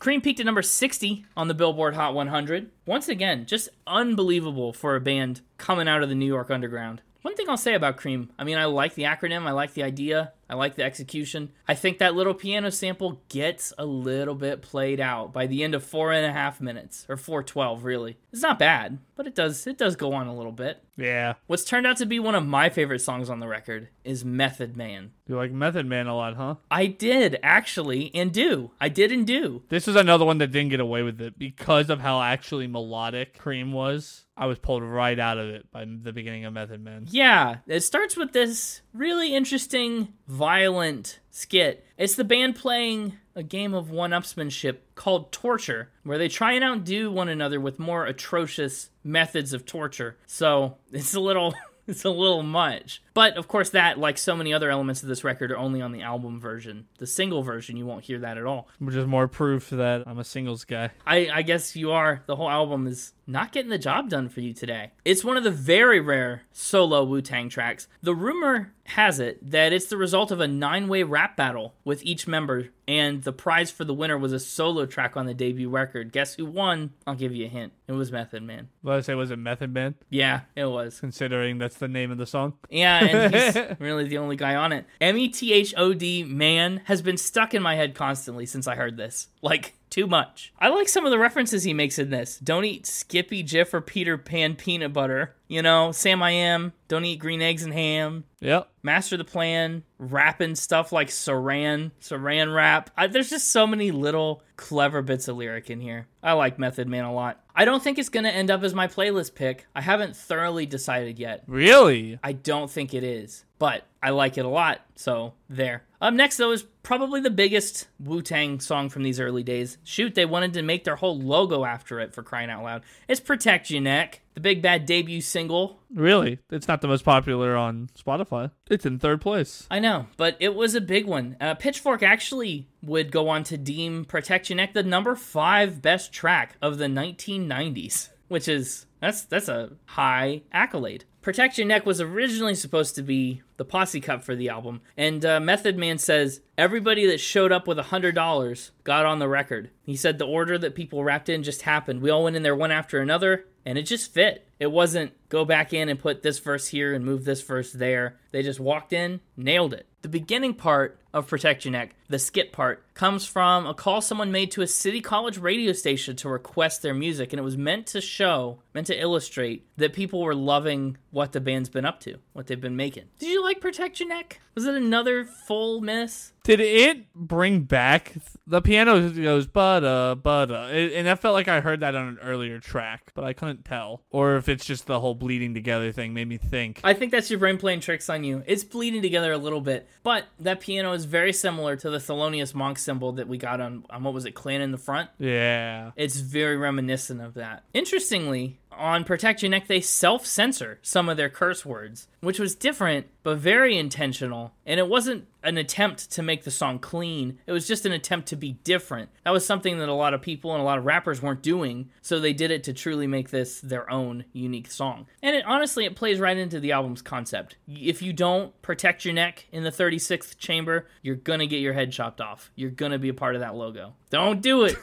Speaker 1: Cream peaked at number 60 on the Billboard Hot 100. Once again, just unbelievable for a band coming out of the New York underground. One thing I'll say about Cream, I mean, I like the acronym, I like the idea, I like the execution. I think that little piano sample gets a little bit played out by the end of four and a half minutes, or four twelve, really. It's not bad, but it does it does go on a little bit.
Speaker 3: Yeah.
Speaker 1: What's turned out to be one of my favorite songs on the record is Method Man.
Speaker 3: You like Method Man a lot, huh?
Speaker 1: I did actually, and do I did and do.
Speaker 3: This is another one that didn't get away with it because of how actually melodic Cream was. I was pulled right out of it by the beginning of Method Man.
Speaker 1: Yeah, it starts with this really interesting, violent skit. It's the band playing a game of one upsmanship called torture, where they try and outdo one another with more atrocious methods of torture. So it's a little. It's a little much. But of course, that, like so many other elements of this record, are only on the album version. The single version, you won't hear that at all.
Speaker 3: Which is more proof that I'm a singles guy.
Speaker 1: I, I guess you are. The whole album is not getting the job done for you today. It's one of the very rare solo Wu Tang tracks. The rumor has it that it's the result of a nine way rap battle with each member, and the prize for the winner was a solo track on the debut record. Guess who won? I'll give you a hint. It was Method Man.
Speaker 3: What did I say? Was it Method Man?
Speaker 1: Yeah, it was.
Speaker 3: Considering that's the name of the song.
Speaker 1: Yeah, and he's really the only guy on it. M E T H O D man has been stuck in my head constantly since I heard this. Like too much. I like some of the references he makes in this. Don't eat Skippy, Jif, or Peter Pan peanut butter. You know, Sam I am. Don't eat green eggs and ham.
Speaker 3: Yep.
Speaker 1: Master the plan. Rapping stuff like Saran, Saran rap. I, there's just so many little clever bits of lyric in here. I like Method Man a lot. I don't think it's gonna end up as my playlist pick. I haven't thoroughly decided yet.
Speaker 3: Really?
Speaker 1: I don't think it is, but I like it a lot. So there. Up next, though, is probably the biggest Wu Tang song from these early days. Shoot, they wanted to make their whole logo after it for crying out loud. It's Protect Your Neck, the Big Bad debut single.
Speaker 3: Really? It's not the most popular on Spotify. It's in third place.
Speaker 1: I know, but it was a big one. Uh, Pitchfork actually would go on to deem Protect Your Neck the number five best track of the 1990s, which is that's that's a high accolade. Protect Your Neck was originally supposed to be the posse cut for the album, and uh, Method Man says everybody that showed up with $100 got on the record. He said the order that people wrapped in just happened. We all went in there one after another, and it just fit. It wasn't go back in and put this verse here and move this verse there. They just walked in, nailed it. The beginning part of Protect Your Neck, the skip part, comes from a call someone made to a city college radio station to request their music, and it was meant to show, meant to illustrate that people were loving what the band's been up to, what they've been making. Did you like Protect Your Neck? Was it another full miss?
Speaker 3: Did it bring back the piano goes butta butta, it, and I felt like I heard that on an earlier track, but I couldn't tell, or if it's just the whole bleeding together thing made me think.
Speaker 1: I think that's your brain playing tricks on you. It's bleeding together a little bit, but that piano is very similar to the Thelonious Monk symbol that we got on, on what was it, Clan in the Front?
Speaker 3: yeah,
Speaker 1: It's very reminiscent of that. Interestingly, on Protect Your Neck, they self censor some of their curse words, which was different but very intentional. And it wasn't an attempt to make the song clean, it was just an attempt to be different. That was something that a lot of people and a lot of rappers weren't doing, so they did it to truly make this their own unique song. And it honestly, it plays right into the album's concept. If you don't protect your neck in the 36th chamber, you're gonna get your head chopped off. You're gonna be a part of that logo. Don't do it.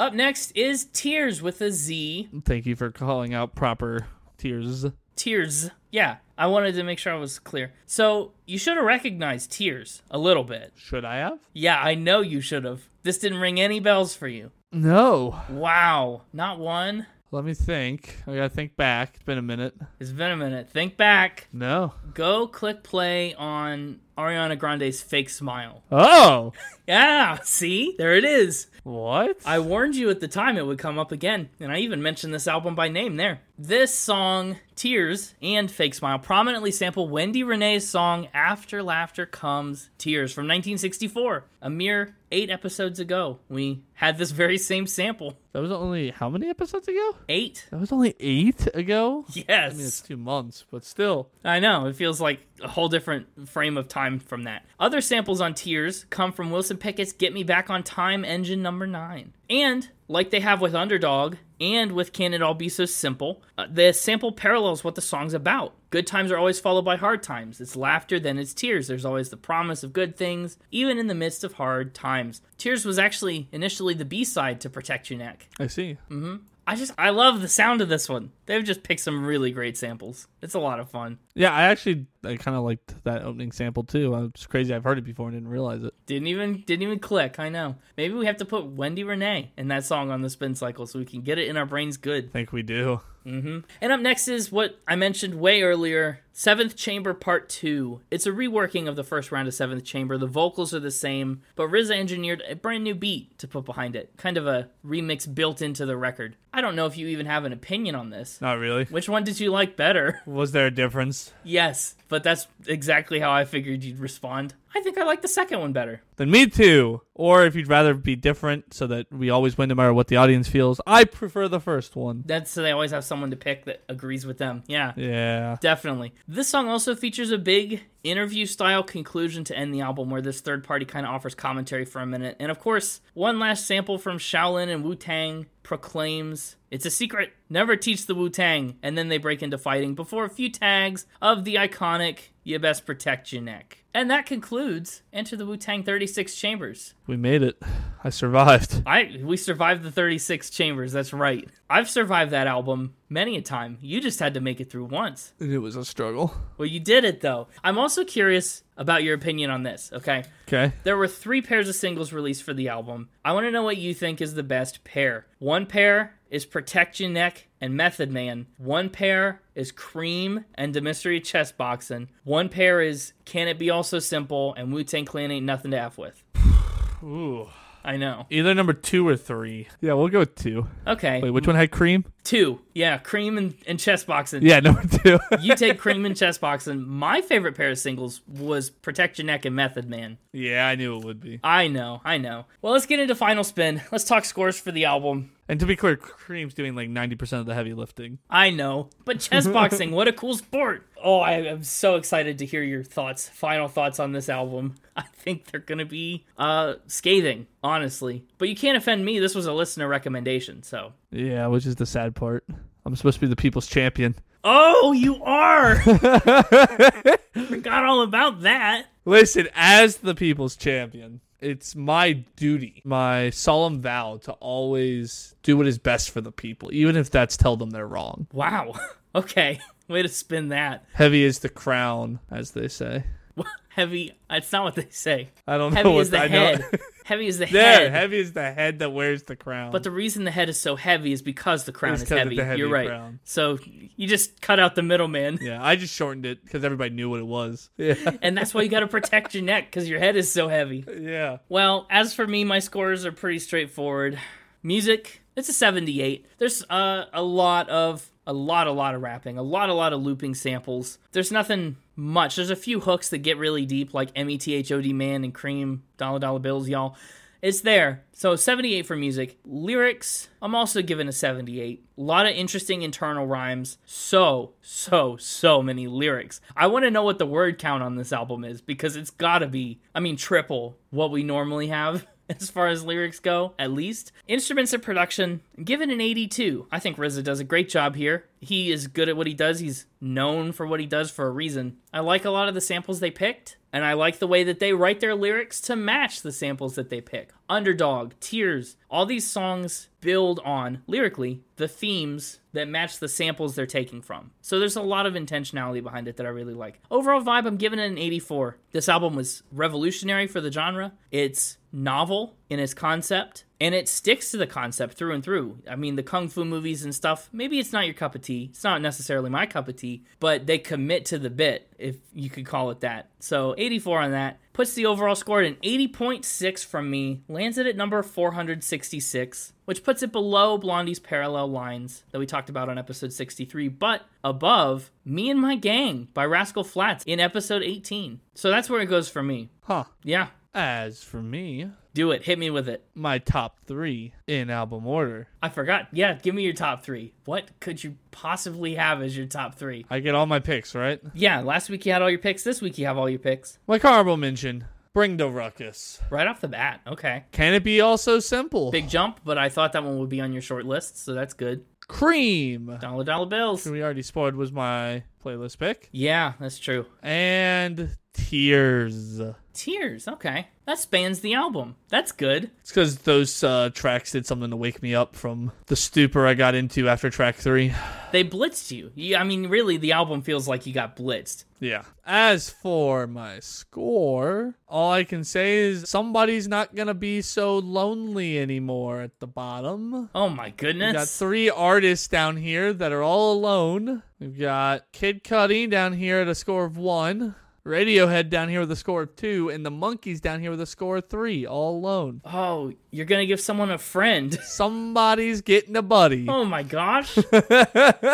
Speaker 1: Up next is Tears with a Z.
Speaker 3: thank you for calling out proper tears.
Speaker 1: Tears. Yeah, I wanted to make sure I was clear. So you should have recognized Tears a little bit.
Speaker 3: Should I have?
Speaker 1: Yeah, I know you should have. This didn't ring any bells for you.
Speaker 3: No.
Speaker 1: Wow, not one.
Speaker 3: Let me think. I gotta think back. It's been a minute.
Speaker 1: It's been a minute. Think back.
Speaker 3: No.
Speaker 1: Go click play on Ariana Grande's fake smile.
Speaker 3: Oh.
Speaker 1: Yeah, see? There it is.
Speaker 3: What?
Speaker 1: I warned you at the time it would come up again, and I even mentioned this album by name there. This song, Tears and Fake Smile, prominently sample Wendy Renee's song After Laughter Comes Tears from 1964. A mere eight episodes ago, we had this very same sample.
Speaker 3: that was only how many episodes ago?
Speaker 1: Eight?
Speaker 3: That was only eight ago.
Speaker 1: Yes.
Speaker 3: I mean, it's two months, but still.
Speaker 1: I know. It feels like a whole different frame of time from that. Other samples on Tears come from Wilson Pickett's Get Me Back on Time engine number nine. And, like they have with Underdog and with Can It All Be So Simple, uh, the sample parallels what the song's about. Good times are always followed by hard times. It's laughter, then it's tears. There's always the promise of good things, even in the midst of hard times. Tears was actually initially the B side to Protect Your Neck.
Speaker 3: I see.
Speaker 1: I just, I love the sound of this one. They've just picked some really great samples. It's a lot of fun.
Speaker 3: Yeah, I actually I kind of liked that opening sample too. I was crazy. I've heard it before and didn't realize it.
Speaker 1: Didn't even didn't even click. I know. Maybe we have to put Wendy Renee in that song on the spin cycle so we can get it in our brains good.
Speaker 3: I think we do.
Speaker 1: And up next is what I mentioned way earlier, Seventh Chamber Part 2. It's a reworking of the first round of Seventh Chamber. The vocals are the same, but RZA engineered a brand new beat to put behind it. Kind of a remix built into the record. I don't know if you even have an opinion on this.
Speaker 3: Not really.
Speaker 1: Which one did you like better?
Speaker 3: Was there a difference?
Speaker 1: yes, but that's exactly how I figured you'd respond. I think I like the second one better.
Speaker 3: Then me too. Or if you'd rather be different so that we always win no matter what the audience feels, I prefer the first one.
Speaker 1: That's so they always have someone to pick that agrees with them. Yeah,
Speaker 3: Yeah.
Speaker 1: definitely. This song also features a big interview style conclusion to end the album where this third party kind of offers commentary for a minute. And of course, one last sample from Shaolin and Wu Tang proclaims it's a secret never teach the Wu Tang. And then they break into fighting before a few tags of the iconic You Best Protect Your Neck. And that concludes Enter the Wu Tang 36 Chambers.
Speaker 3: We made it. I survived.
Speaker 1: I we survived the 36 chambers. That's right. I've survived that album many a time. You just had to make it through once.
Speaker 3: It was a struggle.
Speaker 1: Well, you did it though. I'm also curious about your opinion on this, okay?
Speaker 3: Okay.
Speaker 1: There were 3 pairs of singles released for the album. I want to know what you think is the best pair. One pair is Protect Your Neck and Method Man. One pair is Cream and The Mystery of Chess Boxing. One pair is Can It Be All So Simple and Wu Tang Clan Ain't Nothing to F With.
Speaker 3: Ooh.
Speaker 1: I know.
Speaker 5: Either number two or three.
Speaker 3: Yeah, we'll go with two.
Speaker 1: Okay.
Speaker 3: Wait, which one had cream?
Speaker 1: Two. Yeah, Cream and, and Chess Boxing.
Speaker 3: Yeah, number two.
Speaker 1: you take cream and chess boxing. My favorite pair of singles was Protect Your Neck and Method Man.
Speaker 3: yeah, I knew it would be.
Speaker 1: I know, I know. Well, let's get into final spin. Let's talk scores for the album.
Speaker 3: And to be clear, cream's doing like 90% of the heavy lifting.
Speaker 1: I know, but chess boxing, what a cool sport! Oh, I am so excited to hear your thoughts, final thoughts on this album. I think they're gonna be uh scathing, honestly. But you can't offend me. This was a listener recommendation, so.
Speaker 3: Yeah, which is the sad part. I'm supposed to be the people's champion.
Speaker 1: Oh, you are! Forgot all about that.
Speaker 3: Listen, as the people's champion, it's my duty, my solemn vow to always do what is best for the people, even if that's tell them they're wrong.
Speaker 1: Wow. Okay, way to spin that.
Speaker 3: Heavy is the crown, as they say.
Speaker 1: heavy that's not what they say
Speaker 3: I don't know
Speaker 1: heavy
Speaker 3: what
Speaker 1: is the
Speaker 3: I know-
Speaker 1: head heavy is the
Speaker 3: there,
Speaker 1: head
Speaker 3: heavy is the head that wears the crown.
Speaker 1: but the reason the head is so heavy is because the crown
Speaker 3: It's
Speaker 1: is
Speaker 3: 'cause of
Speaker 1: heavy.
Speaker 3: the heavy
Speaker 1: you're right
Speaker 3: crown.
Speaker 1: so you just cut out the middleman
Speaker 3: yeah, I just shortened it because everybody knew what it was. Yeah,
Speaker 1: and that's why you got to protect your neck because your head is so heavy
Speaker 3: yeah.
Speaker 1: well as for me my scores are pretty straightforward music it's a 78 there's uh, a lot of a lot a lot of rapping a lot a lot of looping samples there's nothing much there's a few hooks that get really deep like E m-e-t-h-o-d man and cream dollar dollar bills y'all It's there. So 78 for music. Lyrics, I'm also giving a 78. A lot of interesting internal rhymes. So, so, so many lyrics. I want to know what the word count on this album is because it's got to be, I mean, triple what we normally have. As far as lyrics go, at least. Instruments and production, given an 82. I think RZA does a great job here. He is good at what he does. He's known for what he does for a reason. I like a lot of the samples they picked. And I like the way that they write their lyrics to match the samples that they pick. Underdog, Tears, all these songs build on, lyrically, the themes that match the samples they're taking from. So there's a lot of intentionality behind it that I really like. Overall vibe, I'm giving it an 84. This album was revolutionary for the genre. It's novel, in its concept, and it sticks to the concept through and through. I mean, the kung fu movies and stuff, maybe it's not your cup of tea. It's not necessarily my cup of tea, but they commit to the bit, if you could call it that. So, 84 on that. Puts the overall score at an 80.6 from me, lands it at number 466, which puts it below Blondie's Parallel Lines that we talked about on episode 63, but above Me and My Gang by Rascal Flats in episode 18. So that's where it goes for me.
Speaker 6: Huh.
Speaker 1: Yeah,
Speaker 3: As for me,
Speaker 1: do it. Hit me with it.
Speaker 3: my top three in album order.
Speaker 1: I forgot. Yeah, give me your top three. What could you possibly have as your top three?
Speaker 3: I get all my picks, right?
Speaker 1: Yeah, last week you had all your picks. This week you have all your picks.
Speaker 3: Like honorable mention, Bring the Ruckus.
Speaker 1: Right off the bat. Okay.
Speaker 3: Can it be also simple?
Speaker 1: Big jump, but I thought that one would be on your short list, so that's good.
Speaker 3: Cream.
Speaker 1: Dollar dollar bills.
Speaker 3: We already spoiled was my playlist pick.
Speaker 1: Yeah, that's true.
Speaker 3: And Tears. It's
Speaker 1: Tears. Okay. That spans the album. That's good.
Speaker 3: because those uh, tracks did something to wake me up from the stupor I got into after track three.
Speaker 1: They blitzed you. you. I mean, really, the album feels like you got blitzed.
Speaker 3: Yeah. As for my score, all I can say is somebody's not going to be so lonely anymore at the bottom.
Speaker 1: Oh my
Speaker 3: We've got
Speaker 1: goodness.
Speaker 3: three artists down here that are all alone. We've got Kid Cudi down here at a score of one, Radiohead down here with a score of two, and the Monkeys down here with a score of three, all alone.
Speaker 1: oh, you're going to give someone a friend.
Speaker 3: Somebody's getting a buddy.
Speaker 1: Oh my gosh. this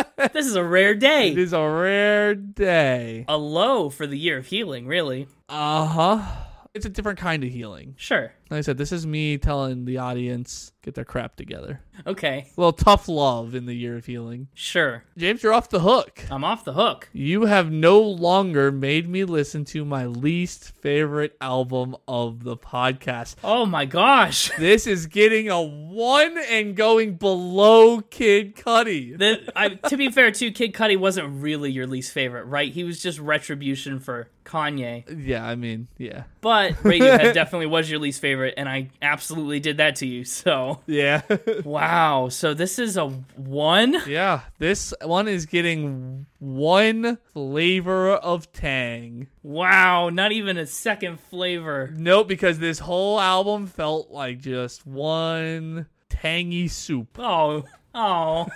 Speaker 1: is a rare
Speaker 3: It
Speaker 1: day.
Speaker 3: is a rare day.
Speaker 1: A low for the year of healing, really.
Speaker 3: Uh huh. It's a different kind of healing.
Speaker 1: Sure.
Speaker 3: Like I said, this is me telling the audience get their crap together.
Speaker 1: Okay.
Speaker 3: A little tough love in the year of healing.
Speaker 1: Sure.
Speaker 3: James, you're off the hook.
Speaker 1: I'm off the hook.
Speaker 3: You have no longer made me listen to my least favorite album of the podcast.
Speaker 1: Oh my gosh.
Speaker 3: This is getting a one and going below Kid Cudi.
Speaker 1: The, I, to be fair, too, Kid Cudi wasn't really your least favorite, right? He was just retribution for Kanye.
Speaker 3: Yeah, I mean, yeah.
Speaker 1: But Radiohead definitely was your least favorite, and I absolutely did that to you. So,
Speaker 3: Yeah.
Speaker 1: wow. So this is a one?
Speaker 3: yeah, this one is getting one flavor of tang.
Speaker 1: Wow. Not even a second flavor.
Speaker 3: Nope, because this whole album felt like just one tangy soup
Speaker 1: Oh, oh.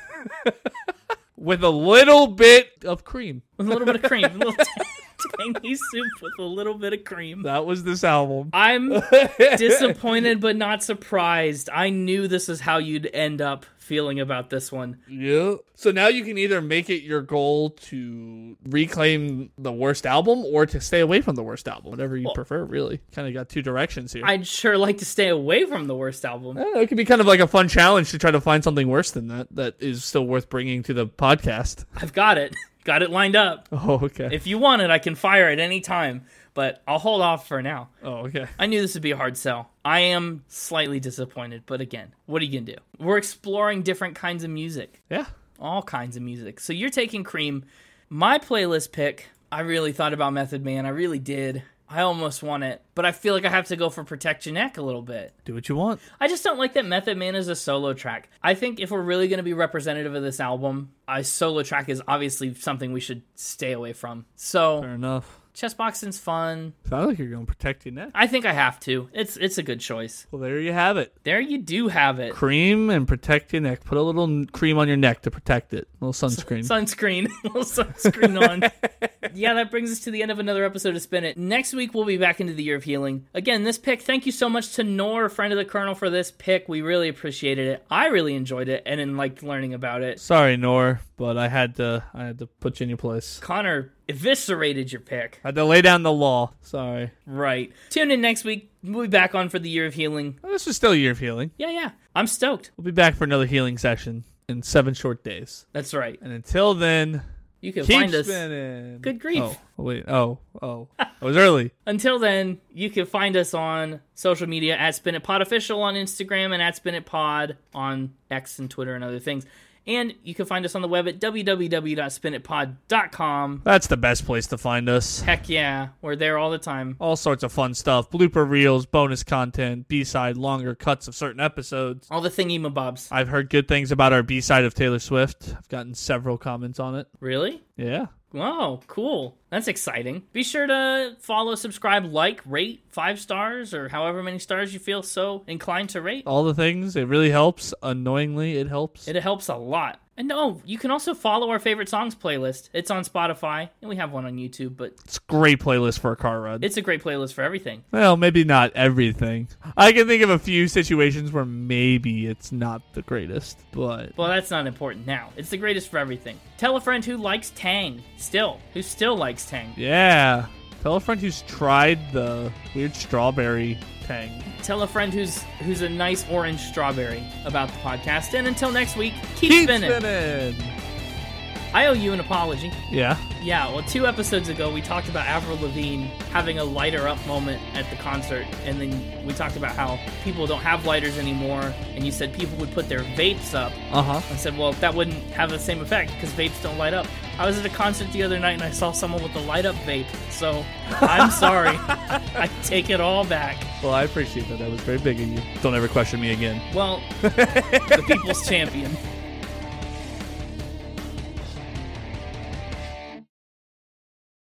Speaker 3: with a little bit of cream.
Speaker 1: With a little bit of cream. A little tang- tangy soup with a little bit of cream.
Speaker 3: That was this album.
Speaker 1: I'm disappointed but not surprised. I knew this is how you'd end up feeling about this one.
Speaker 3: Yeah. So now you can either make it your goal to reclaim the worst album or to stay away from the worst album, whatever you prefer, really. Kind of got two directions here. I,
Speaker 1: I'd sure like to stay away from the worst album.
Speaker 3: don't know. It could be kind of like a fun challenge to try to find something worse than that that is still worth bringing to the podcast.
Speaker 1: I've got it. Got it lined up.
Speaker 3: Oh, okay.
Speaker 1: If you want it, I can fire at any time, but I'll hold off for now.
Speaker 3: oh, okay.
Speaker 1: I knew this would be a hard sell. I am slightly disappointed, but again, what are you going to do? We're exploring different kinds of music.
Speaker 3: Yeah.
Speaker 1: all kinds of music. So you're taking Cream. My playlist pick, I really thought about Method Man. I really did. I almost want it, but I feel like I have to go for Protection Neck a little bit.
Speaker 3: Do what you want.
Speaker 1: I just don't like that Method Man is a solo track. I think if we're really going to be representative of this album, a solo track is obviously something we should stay away from. So,
Speaker 3: Fair enough.
Speaker 1: Chessboxing's fun.
Speaker 3: Sounds like you're going to protect your neck.
Speaker 1: I think I have to. It's it's a good choice.
Speaker 3: Well, there you have it.
Speaker 1: There you do have it.
Speaker 3: Cream and protect your neck. Put a little n- cream on your neck to protect it. A little sunscreen.
Speaker 1: sunscreen. little sunscreen on. yeah, that brings us to the end of another episode of Spin It. Next week, we'll be back into the year of healing. Again, this pick, thank you so much to Nor, friend of the Colonel, for this pick. We really appreciated it. I really enjoyed it and then liked learning about it.
Speaker 3: Sorry, Nor, but I had to. I had to put you in your place.
Speaker 1: Connor eviscerated your pick.
Speaker 3: I had to lay down the law. Sorry.
Speaker 1: Right. Tune in next week. We'll be back on for the year of healing.
Speaker 3: This was still a year of healing.
Speaker 1: Yeah, yeah. I'm stoked.
Speaker 3: We'll be back for another healing session in seven short days.
Speaker 1: That's right.
Speaker 3: And until then,
Speaker 1: You can
Speaker 3: keep
Speaker 1: find us.
Speaker 3: spinning.
Speaker 1: Good grief.
Speaker 3: Oh, wait. Oh, oh. I was early.
Speaker 1: Until then, you can find us on social media at Spin It Pod Official on Instagram and at Spin It Pod on X and Twitter and other things. And you can find us on the web at www.spinitpod.com.
Speaker 3: That's the best place to find us.
Speaker 1: Heck yeah, we're there all the time.
Speaker 3: All sorts of fun stuff blooper reels, bonus content, B side, longer cuts of certain episodes.
Speaker 1: All the thingy mabobs.
Speaker 3: I've heard good things about our B side of Taylor Swift. I've gotten several comments on it.
Speaker 1: Really?
Speaker 3: Yeah.
Speaker 1: Wow, cool. That's exciting. Be sure to follow, subscribe, like, rate five stars or however many stars you feel so inclined to rate.
Speaker 3: All the things. It really helps. Annoyingly, it helps.
Speaker 1: It helps a lot. And oh, you can also follow our favorite songs playlist. It's on Spotify, and we have one on YouTube, but
Speaker 3: It's a great playlist for a car ride.
Speaker 1: it's a great playlist for everything.
Speaker 3: well, maybe not everything. I can think of a few situations where maybe it's not the greatest, but
Speaker 1: Well, that's not important now. It's the greatest for everything. Tell a friend who likes Tang, still, who still likes Tang.
Speaker 3: yeah. Tell a friend who's tried the weird strawberry tang.
Speaker 1: Tell a friend who's who's a nice orange strawberry about the podcast. And until next week, keep,
Speaker 3: Keep
Speaker 1: spinning.
Speaker 3: spinning.
Speaker 1: I owe you an apology.
Speaker 3: Yeah.
Speaker 1: Yeah, well, two episodes ago, we talked about Avril Lavigne having a lighter up moment at the concert, and then we talked about how people don't have lighters anymore, and you said people would put their vapes up.
Speaker 3: Uh huh.
Speaker 1: I said, well, that wouldn't have the same effect because vapes don't light up. I was at a concert the other night and I saw someone with a light up vape, so I'm sorry. I take it all back.
Speaker 3: Well, I appreciate that. That was very big of you. Don't ever question me again.
Speaker 1: Well, the people's champion.